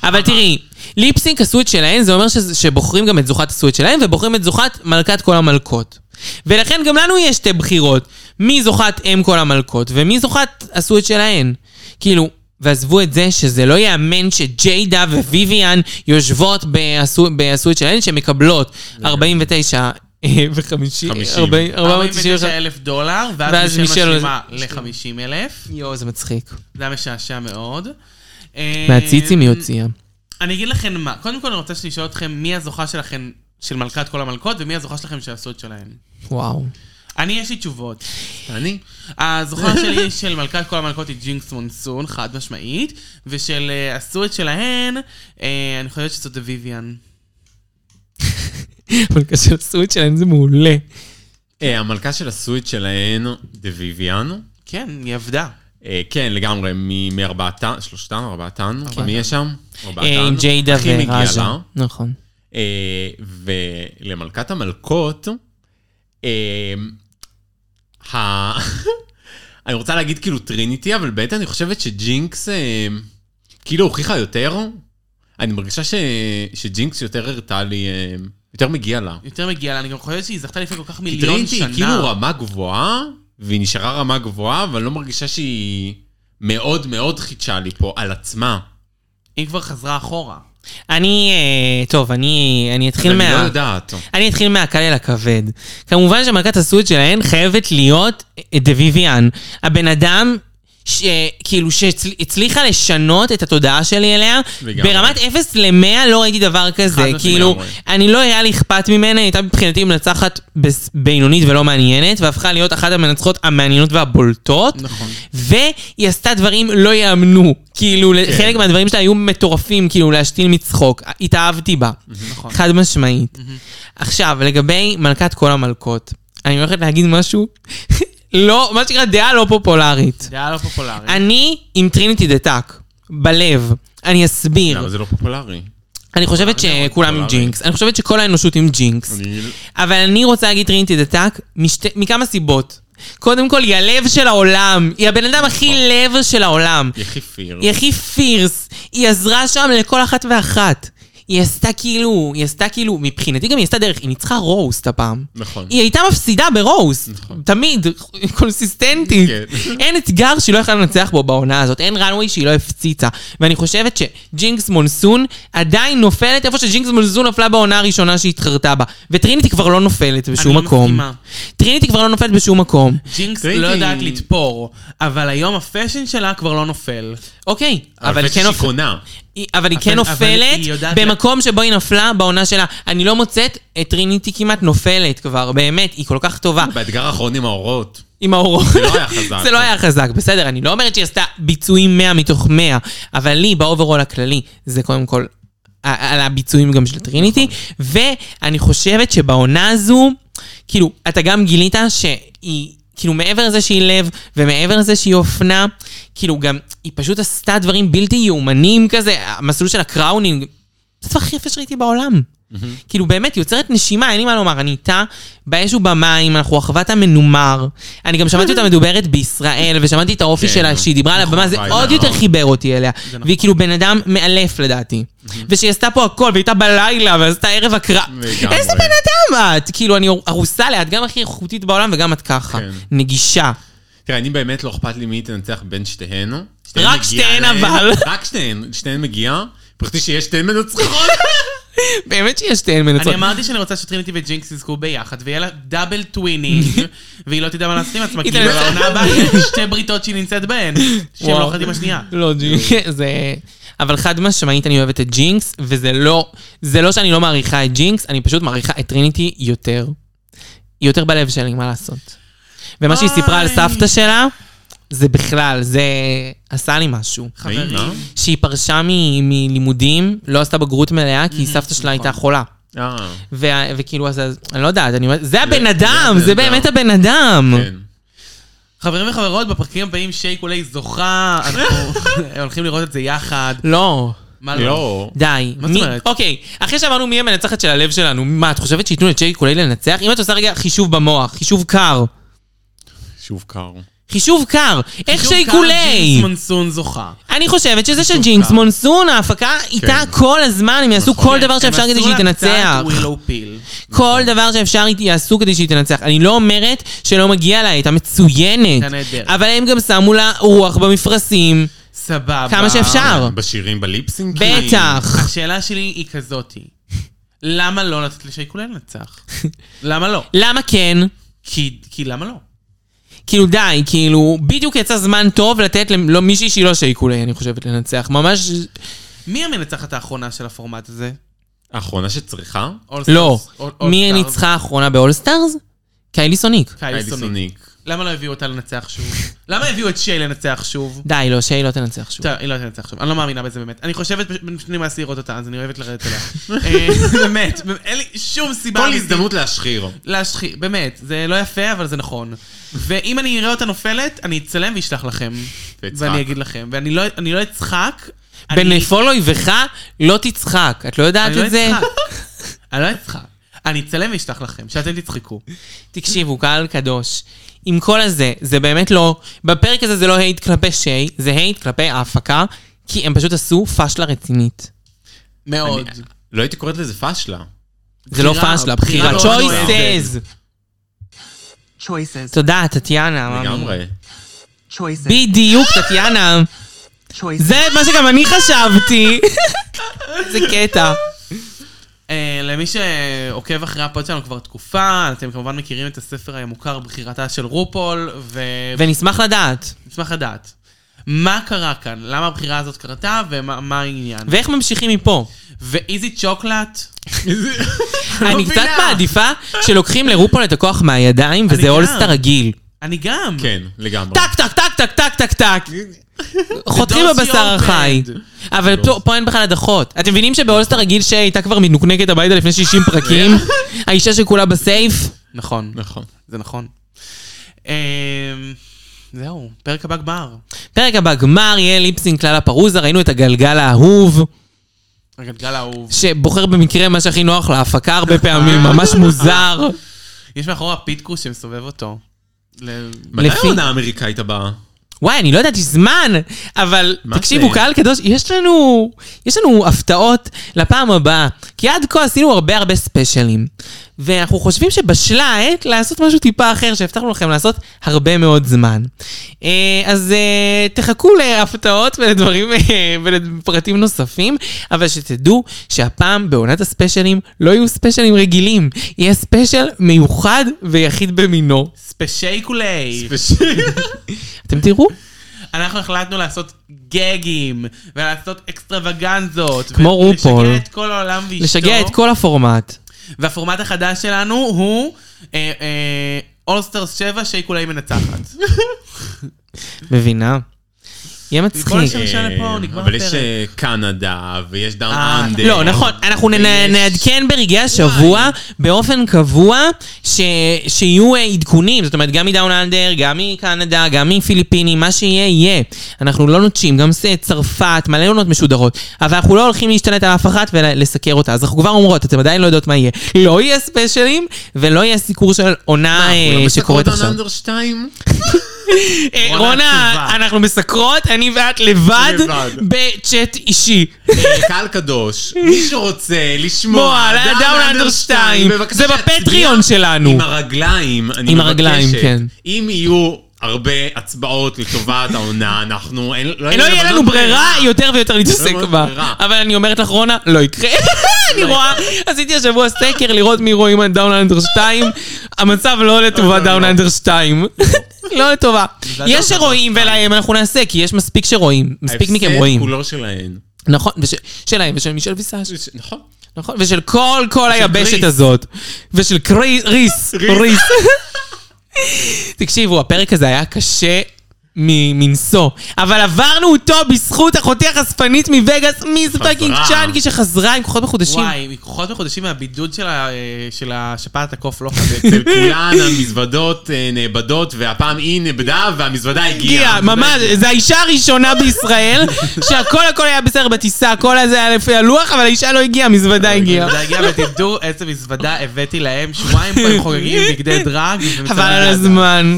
אבל תראי, ליפסינק עשו את שלהן, זה אומר שזה- שבוחרים גם את זוכת עשו את שלהן, ובוחרים את זוכת מלכת כל המלכות. ולכן גם לנו יש שתי בחירות, מי זוכת אם כל המלכות, ומי זוכת עשו את שלהן. כאילו, ועזבו את זה שזה לא ייאמן שג'יידה וויביאן יושבות בעשו, בעשו את שלהן, שמקבלות 49 אה, ו-50,
50.
490
49 אלף דולר,
ואז
ואז מישל
מישל-
משלימה ל-50 אלף.
יואו, לא, זה מצחיק.
זה היה משעשע מאוד. אה,
מהציצים היא הוציאה.
אני אגיד לכם מה, קודם כל אני רוצה לשאול אתכם מי הזוכה שלכם של מלכת כל המלכות, ומי הזוכה שלכם של הסוד שלהם.
וואו.
אני, יש לי תשובות.
אני?
הזוכה שלי של מלכת כל המלכות היא ג'ינקס מונסון, חד משמעית, ושל אה, הסוד שלהן, אה, אני חושבת שזאת ויויאן.
אבל כאשר עשו את שלהם זה מעולה.
אה, המלכה של הסוויט שלהן, דה ויויאן.
כן, היא עבדה.
אה, כן, לגמרי, מ- מארבעתן, שלושתן, ארבעתן, מי יש שם?
אה, עם ג'יידה
הכי מגיע לא?
וראז'ה.
לה.
נכון.
אה, ולמלכת המלכות, אה, ה- אני רוצה להגיד כאילו טריניטי, אבל באמת אני חושבת שג'ינקס אה, כאילו הוכיחה יותר. אני מרגישה ש- שג'ינקס יותר הרתה לי, אה, יותר מגיע לה.
יותר מגיע לה, אני גם חושבת שהיא זכתה לפני כל כך
כי
מיליון
טריניטי
שנה.
היא כאילו רמה גבוהה, והיא נשארה רמה גבוהה, אבל לא מרגישה שהיא מאוד מאוד חידשה לי פה על עצמה.
היא כבר חזרה אחורה.
אני, אה, טוב, אני אני אתחיל
אני לא
מה...
יודעת.
אני אתחיל מהקל אל הכבד. כמובן שמלכת הסוד שלהן חייבת להיות אה, דה ויויאן. הבן אדם... אה, שכאילו שהצליחה לשנות את התודעה שלי אליה,
לגמרי.
ברמת 0 ל-100 לא ראיתי דבר כזה,
משמעית.
כאילו,
לגמרי.
אני לא היה לי אכפת ממנה, היא הייתה מבחינתי מנצחת בס- בינונית ולא מעניינת, והפכה להיות אחת המנצחות המעניינות והבולטות,
נכון.
והיא עשתה דברים לא יאמנו, כאילו,
כן.
חלק מהדברים שלה היו מטורפים, כאילו, להשתין מצחוק, התאהבתי בה.
נכון.
חד משמעית. עכשיו, לגבי מלכת כל המלכות, אני הולכת להגיד משהו, לא, מה שנקרא דעה לא פופולרית.
דעה לא פופולרית.
אני עם טריניטי דה טאק, בלב. אני
למה
אסביר.
זה לא פופולרי?
אני חושבת שכולם עם
פופולרי.
ג'ינקס. אני חושבת שכל האנושות עם ג'ינקס.
אני-
אבל אני רוצה להגיד טריניטי דה טאק משתי- מכמה סיבות. קודם כל, היא הלב של העולם. היא הבן אדם הכי
נכון.
לב של העולם.
היא חיפיר.
היא הכי פירס, היא עזרה שם לכל אחת ואחת. היא עשתה כאילו, היא עשתה כאילו, מבחינתי גם היא עשתה דרך, היא ניצחה רוסט הפעם.
נכון.
היא הייתה מפסידה ברוסט, תמיד, קונסיסטנטית.
כן.
אין אתגר שהיא לא יכלה לנצח בו בעונה הזאת, אין runway שהיא לא הפציצה. ואני חושבת שג'ינקס מונסון עדיין נופלת איפה שג'ינקס מונסון נפלה בעונה הראשונה שהתחרתה בה. וטריניטי כבר לא נופלת בשום
אני
מקום.
מסכימה.
טריניטי כבר לא נופלת בשום מקום.
ג'ינקס
טריניטי-
לא יודעת לתפור, אבל היום הפאשן שלה כבר לא נופל.
אוקיי,
אבל
אבל
לפני
כן
שהיא
נופלת.
קונה.
היא- אבל היא
אבל-
כן
אבל
נופלת
היא יודעת-
במקום שבו היא נפלה בעונה שלה. אני לא מוצאת את טריניטי כמעט נופלת כבר, באמת, היא כל כך טובה.
באתגר האחרון עם האורות.
עם האורות.
זה לא היה חזק.
זה לא היה חזק, בסדר, אני לא אומרת שהיא עשתה ביצועים 100 מתוך 100, אבל לי, באוברול הכללי, זה קודם כל ה- על הביצועים גם של טריניטי, ואני חושבת שבעונה הזו, כאילו, אתה גם גילית שהיא... כאילו מעבר לזה שהיא לב, ומעבר לזה שהיא אופנה, כאילו גם, היא פשוט עשתה דברים בלתי יאומנים כזה, המסלול של הקראונינג, זה הדבר הכי יפה שראיתי בעולם. כאילו באמת, יוצרת נשימה, אין לי מה לומר, אני איתה באש ובמים, אנחנו אחוות המנומר. אני גם שמעתי אותה מדוברת בישראל, ושמעתי את האופי
כן.
שלה כשהיא דיברה על הבמה, זה
חבל
עוד
מאוד.
יותר חיבר אותי אליה. והיא כאילו בן אדם מאלף לדעתי. ושהיא עשתה פה הכל, והיא הייתה בלילה, ועשתה ערב הקרב.
לגמרי.
איזה בן אדם את? כאילו, אני ארוסה לה, את גם הכי איכותית בעולם, וגם את ככה.
כן.
נגישה.
תראה, אני באמת לא אכפת לי מי תנצח בין שתיהן. שתיהן
רק
מגיעה
שתיהן,
להן.
אבל.
רק שתיהן, שתיהן מגיעה. פחדתי שיש שתיהן מנצחות.
באמת שיש שתיהן מנצחות.
אני אמרתי שאני רוצה שטריניטי וג'ינקס יזכו ביחד, ויהיה לה דאבל טווינינג, והיא לא תדע מה לעשות עם עצמה,
היא
כי היא
תנצח.
בעונה הבאה יש שתי בריתות שהיא נמצאת בהן, שהן
וואו.
לא אחת עם השנייה.
לא, ג'ינקס, זה... אבל חד משמעית אני אוהבת את ג'ינקס, וזה לא... זה לא שאני לא מעריכה את ג'ינקס, אני פשוט מעריכה את טריניטי יותר. היא יותר בלב שלי, מה לעשות. ומה שהיא סיפרה על
אוי.
סבתא שלה, זה בכלל, זה עשה לי משהו.
נעים,
חברים.
שהיא פרשה מ- מלימודים, לא עשתה בגרות מלאה, כי סבתא שלה הייתה חולה.
אה? אה,
וה- וכאילו, אז- אז- אני לא יודעת, אני אומרת, זה הבן
זה
אדם,
הבן
זה
אדם.
באמת הבן אדם.
כן.
חברים וחברות, בפרקים הבאים שייק אולי זוכה, אנחנו הולכים לראות את זה יחד.
לא.
מה לא?
לא.
די.
מה זאת
מי-
אומרת?
אוקיי, אחרי שאמרנו מי המנצחת של הלב שלנו, מה, את חושבת שייתנו לג'יי קולי לנצח? אם את עושה רגע חישוב במוח, חישוב קר.
שוב קר.
חישוב קר, איך שיי
שוב, כאן
קולי.
ג'ינס מונסון זוכה.
אני חושבת שזה של ג'ינקס מונסון, ההפקה איתה
כן.
כל הזמן, הם יעשו
נכון.
כל דבר שאפשר כדי שהיא תנצח.
ווילו פיל.
כל דבר שאפשר יעשו כדי שהיא תנצח. אני לא אומרת שלא מגיע לה, היא הייתה מצוינת.
הייתה נהדרת.
אבל הם גם שמו לה רוח במפרשים,
סבבה.
כמה שאפשר.
בשירים, בליפסינג?
כן.
בטח.
השאלה שלי היא כזאתי. למה לא לתת לשייקולי לנצח? למה לא?
למה כן?
כי, כי למה לא?
כאילו די, כאילו, בדיוק יצא זמן טוב לתת למישהי שהיא לא שייקולי, אני חושבת, לנצח. ממש...
מי המנצחת האחרונה של הפורמט הזה?
האחרונה שצריכה?
All
לא.
Stars, All- All
מי
Stars,
ניצחה האחרונה באולסטארס? קיילי סוניק.
קיילי
היידי
סוניק.
סוניק.
למה לא הביאו אותה לנצח שוב? למה הביאו את שיי לנצח שוב?
די, לא, שהיא לא תנצח שוב.
טוב, היא לא תנצח שוב, אני לא מאמינה בזה באמת. אני חושבת, פשוט נמאס לי לראות אותה, אז אני אוהבת לרדת עליה. אה, באמת, אין לי שום סיבה.
כל
אמיתית.
הזדמנות להשחיר.
להשחיר, באמת, זה לא יפה, אבל זה נכון. ואם אני אראה אותה נופלת, אני אצלם ואשלח לכם.
ואצחק.
ואני אגיד לכם. ואני לא, אני לא אצחק. אני-
בנפול אויבך לא תצחק. את לא יודעת
אני לא
את זה?
אצחק. אני לא אצחק. אני אצלם ואשלח לכם, שאתם תצחקו.
תקשיבו, קהל קדוש. עם כל הזה, זה באמת לא... בפרק הזה זה לא הייט כלפי שיי, זה הייט כלפי ההפקה, כי הם פשוט עשו פאשלה רצינית.
מאוד.
לא הייתי קוראת לזה
אה,
פאשלה.
זה לא
בחירה,
פאשלה,
בחירה לא
בחירה.
מאוד
choices.
Choices.
תודה, טטיאנה. מאמי.
לגמרי.
Choices.
בדיוק, טטיאנה.
Choices.
זה מה שגם אני חשבתי. זה קטע.
אה, למי שעוקב אחרי הפוד שלנו כבר תקופה, אתם כמובן מכירים את הספר המוכר, בחירתה של רופול, ו...
ונשמח לדעת.
ונשמח לדעת. מה קרה כאן? למה הבחירה הזאת קרתה, ומה מה העניין?
ואיך ממשיכים מפה?
ואיזי צ'וקלט? לא
אני
מבינה.
קצת מעדיפה שלוקחים לרופול את הכוח מהידיים, וזה
גם.
אולסטר רגיל.
אני גם.
כן, לגמרי.
טק, טק, טק, טק, טק, טק, טק. חותכים
דוסי
בבשר החי.
עובד.
אבל פה- פה אין בכלל הדחות. אתם מבינים שבאולסטר רגיל שהייתה כבר מנוקנקת הביתה לפני 60 פרקים? האישה שכולה בסייף?
נכון,
לא.
נכון.
זה נכון. אמ, זהו, פרק הבא גמר.
פרק הבא גמר, יהיה ליפסינג כלל הפרוזה, ראינו את הגלגל האהוב.
הגלגל האהוב.
שבוחר במקרה מה שהכי נוח להפקה הרבה פעמים, ממש מוזר.
יש מאחורה פיטקוס שמסובב אותו. ל-
מתי
לפי-
העונה האמריקאית הבאה?
וואי, אני לא ידעתי זמן, אבל
מה
תקשיבו,
זה?
קהל קדוש, יש לנו, יש לנו הפתעות לפעם הבאה. כי עד כה עשינו הרבה הרבה ספיישלים. ואנחנו חושבים שבשלה העת לעשות משהו טיפה אחר, שהבטחנו לכם לעשות הרבה מאוד זמן. אה, אז אה, תחכו להפתעות ולדברים, אה, ולפרטים נוספים, אבל שתדעו שהפעם בעונת הספיישלים לא יהיו ספיישלים רגילים, יהיה ספיישל מיוחד ויחיד במינו.
ספשייקולי.
אתם תראו.
אנחנו החלטנו לעשות גגים, ולעשות אקסטרווגנזות.
כמו
ולשגע
רופול.
את כל העולם ואשתו.
לשגע את כל הפורמט.
והפורמט החדש שלנו הוא... אה, אולסטרס 7 שייקולי מנצחת.
מבינה. יהיה מצחיק.
נשאר לשם לפה,
אה,
נגמר
אבל יש
הפרק.
אה, קנדה, ויש דאון
אה,
אנדר.
לא, נכון, אנחנו נ-
ויש-
נעדכן ברגעי השבוע, באופן קבוע, ש- שיהיו אה, עדכונים, זאת אומרת, גם מדאון אנדר, גם מקנדה, גם מפיליפינים, מה שיהיה, יהיה. אנחנו לא נוטשים, גם ס- צרפת, מלא עונות משודרות, אבל אנחנו לא הולכים להשתלט על אף אחת ולסקר אותה, אז אנחנו כבר אומרות, אתם עדיין לא יודעות מה יהיה. לא יהיה ספיישלים, ולא יהיה סיקור של עונה אה,
אנחנו לא
שקורית
מסתכלות
עכשיו.
דאון אנדר 2?
אה,
רונה
רונה,
עצובה.
אנחנו מסקרות, אני ואת לבד,
לבד.
בצ'אט אישי.
אה, קהל קדוש, מי שרוצה לשמוע,
מוע, דאון אנדר 2,
בבקשה
זה
שיצביע
בפטריון שלנו.
עם הרגליים, אני
עם
מבקשת.
הרגליים, כן.
אם יהיו הרבה הצבעות לטובת העונה, אנחנו... אין-
לא יהיה לנו ברירה יותר ויותר להתעסק
לנו
בה.
לא ברירה. לא
אבל אני אומרת לך, רונה, לא יקרה. אני רואה, עשיתי השבוע סקר לראות מי רואים על דאון אנדר 2. המצב לא
אה,
לטובה דאון אנדר 2. לא לטובה. יש שרואים ולהם אנחנו נעשה, כי יש מספיק שרואים. מספיק מכם
ההפסד
רואים.
כולו שלהן.
נכון, וש- שלהם ושל מישל ויסאז'.
נכון.
נכון, ושל כל כל היבשת
קריס.
הזאת. ושל קרי- ריס, ריס. תקשיבו, הפרק הזה היה קשה מ- מנשוא, אבל עברנו אותו בזכות אחותי החשפנית מווגאס, מיס
חזרה.
פאקינג צ'אנקי, שחזרה עם כוחות בחודשים.
וואי, מכוחות וחודשים מהבידוד של ה- אה, של השפעת הקוף לא חזק.
אצל כולן המזוודות אה, נאבדות, והפעם היא נאבדה והמזוודה הגיעה.
הגיעה, ממש, זו האישה הראשונה בישראל, שהכל הכל היה בסדר בטיסה, הכל הזה היה לפי הלוח, אבל האישה לא הגיעה, המזוודה הגיעה.
זה הגיע, ותדעו איזה מזוודה הבאתי להם, שבועיים פה הם חוגגים בגדי דרג. ומצלמים
חבל על
ידיים.
הזמן.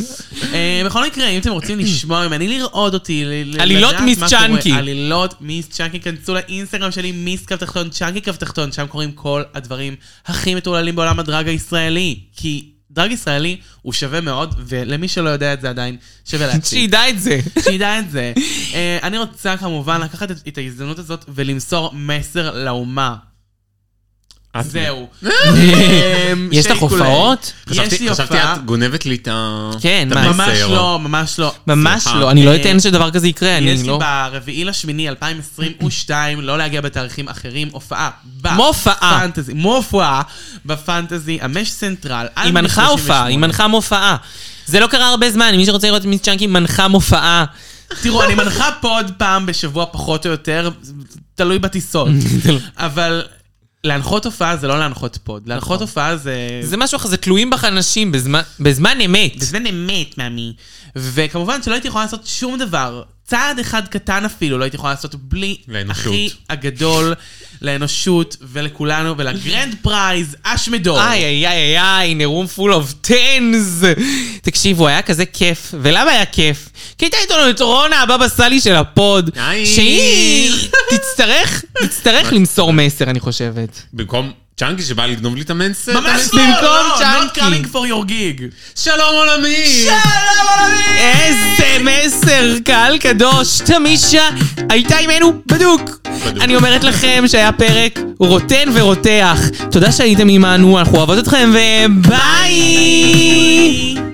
אה, בכל מקרה, אם אתם רוצים לשמוע ממני, לראות אותי, ל- ל-
עלילות
לדעת
מיס
מה קורה.
צ'אנקי.
עלילות מיס צ'אנקי, כנסו לאינסטגרם שלי, מיס קו תחתון, צ'אנקי קו תחתון, שם קורים כל הדברים הכי מטורללים בעולם הדרג הישראלי. כי דרג ישראלי הוא שווה מאוד, ולמי שלא יודע את זה עדיין, שווה להציג.
שידע את זה.
שידע את זה. אה, אני רוצה כמובן לקחת את- את ההזדמנות הזאת ולמסור מסר לאומה. זהו. אמ,
יש לך
שיקולי.
הופעות?
יש לי
חשבתי
הופעה.
את גונבת לי את ה...
כן,
את
מה?
המסר.
ממש לא, ממש לא.
ממש
סליחה.
לא, אני לא
אה,
אתן שדבר כזה יקרה,
יש
אני
לי
לא...
ברביעי לשמיני 2022, לא להגיע בתאריכים אחרים, הופעה. ב-
מופעה.
פנטזי, מופעה בפנטזי, המש סנטרל.
היא
אלבום
מנחה
38.
הופעה, היא מנחה מופעה. זה לא קרה הרבה זמן, מי שרוצה לראות את מיס צ'אנקי מנחה מופעה.
כן. תראו, אני מנחה פה עוד פעם בשבוע פחות או יותר, תלוי בטיסות. אבל להנחות הופעה זה לא להנחות פוד. להנחות
נכון.
הופעה זה...
זה משהו אחר, זה תלויים בך אנשים בזמן- בזמן אמת.
בזמן אמת, מאמי. וכמובן שלא הייתי יכולה לעשות שום דבר. צעד אחד קטן אפילו לא הייתי יכולה לעשות בלי
לאנושות.
הכי הגדול לאנושות ולכולנו ולגרנד פרייז, אש מדור.
איי, איי, איי, איי, in a room full of tens. תקשיבו, היה כזה כיף. ולמה היה כיף? כי הייתה איתנו את רונה, הבבא סאלי של הפוד,
איי.
שהיא תצטרך, תצטרך למסור מסר, אני חושבת.
במקום צ'אנקי שבא לגנוב לי את המנסר?
ממש
אתה
לא,
במקום
לא, not
צ'אנקי.
coming for your gig.
שלום עולמי!
איזה מסר, קהל קדוש, תמישה הייתה עימנו בדוק.
בדוק.
אני אומרת לכם שהיה פרק רוטן ורותח. תודה שהייתם עימנו, אנחנו אוהבות אתכם, וביי!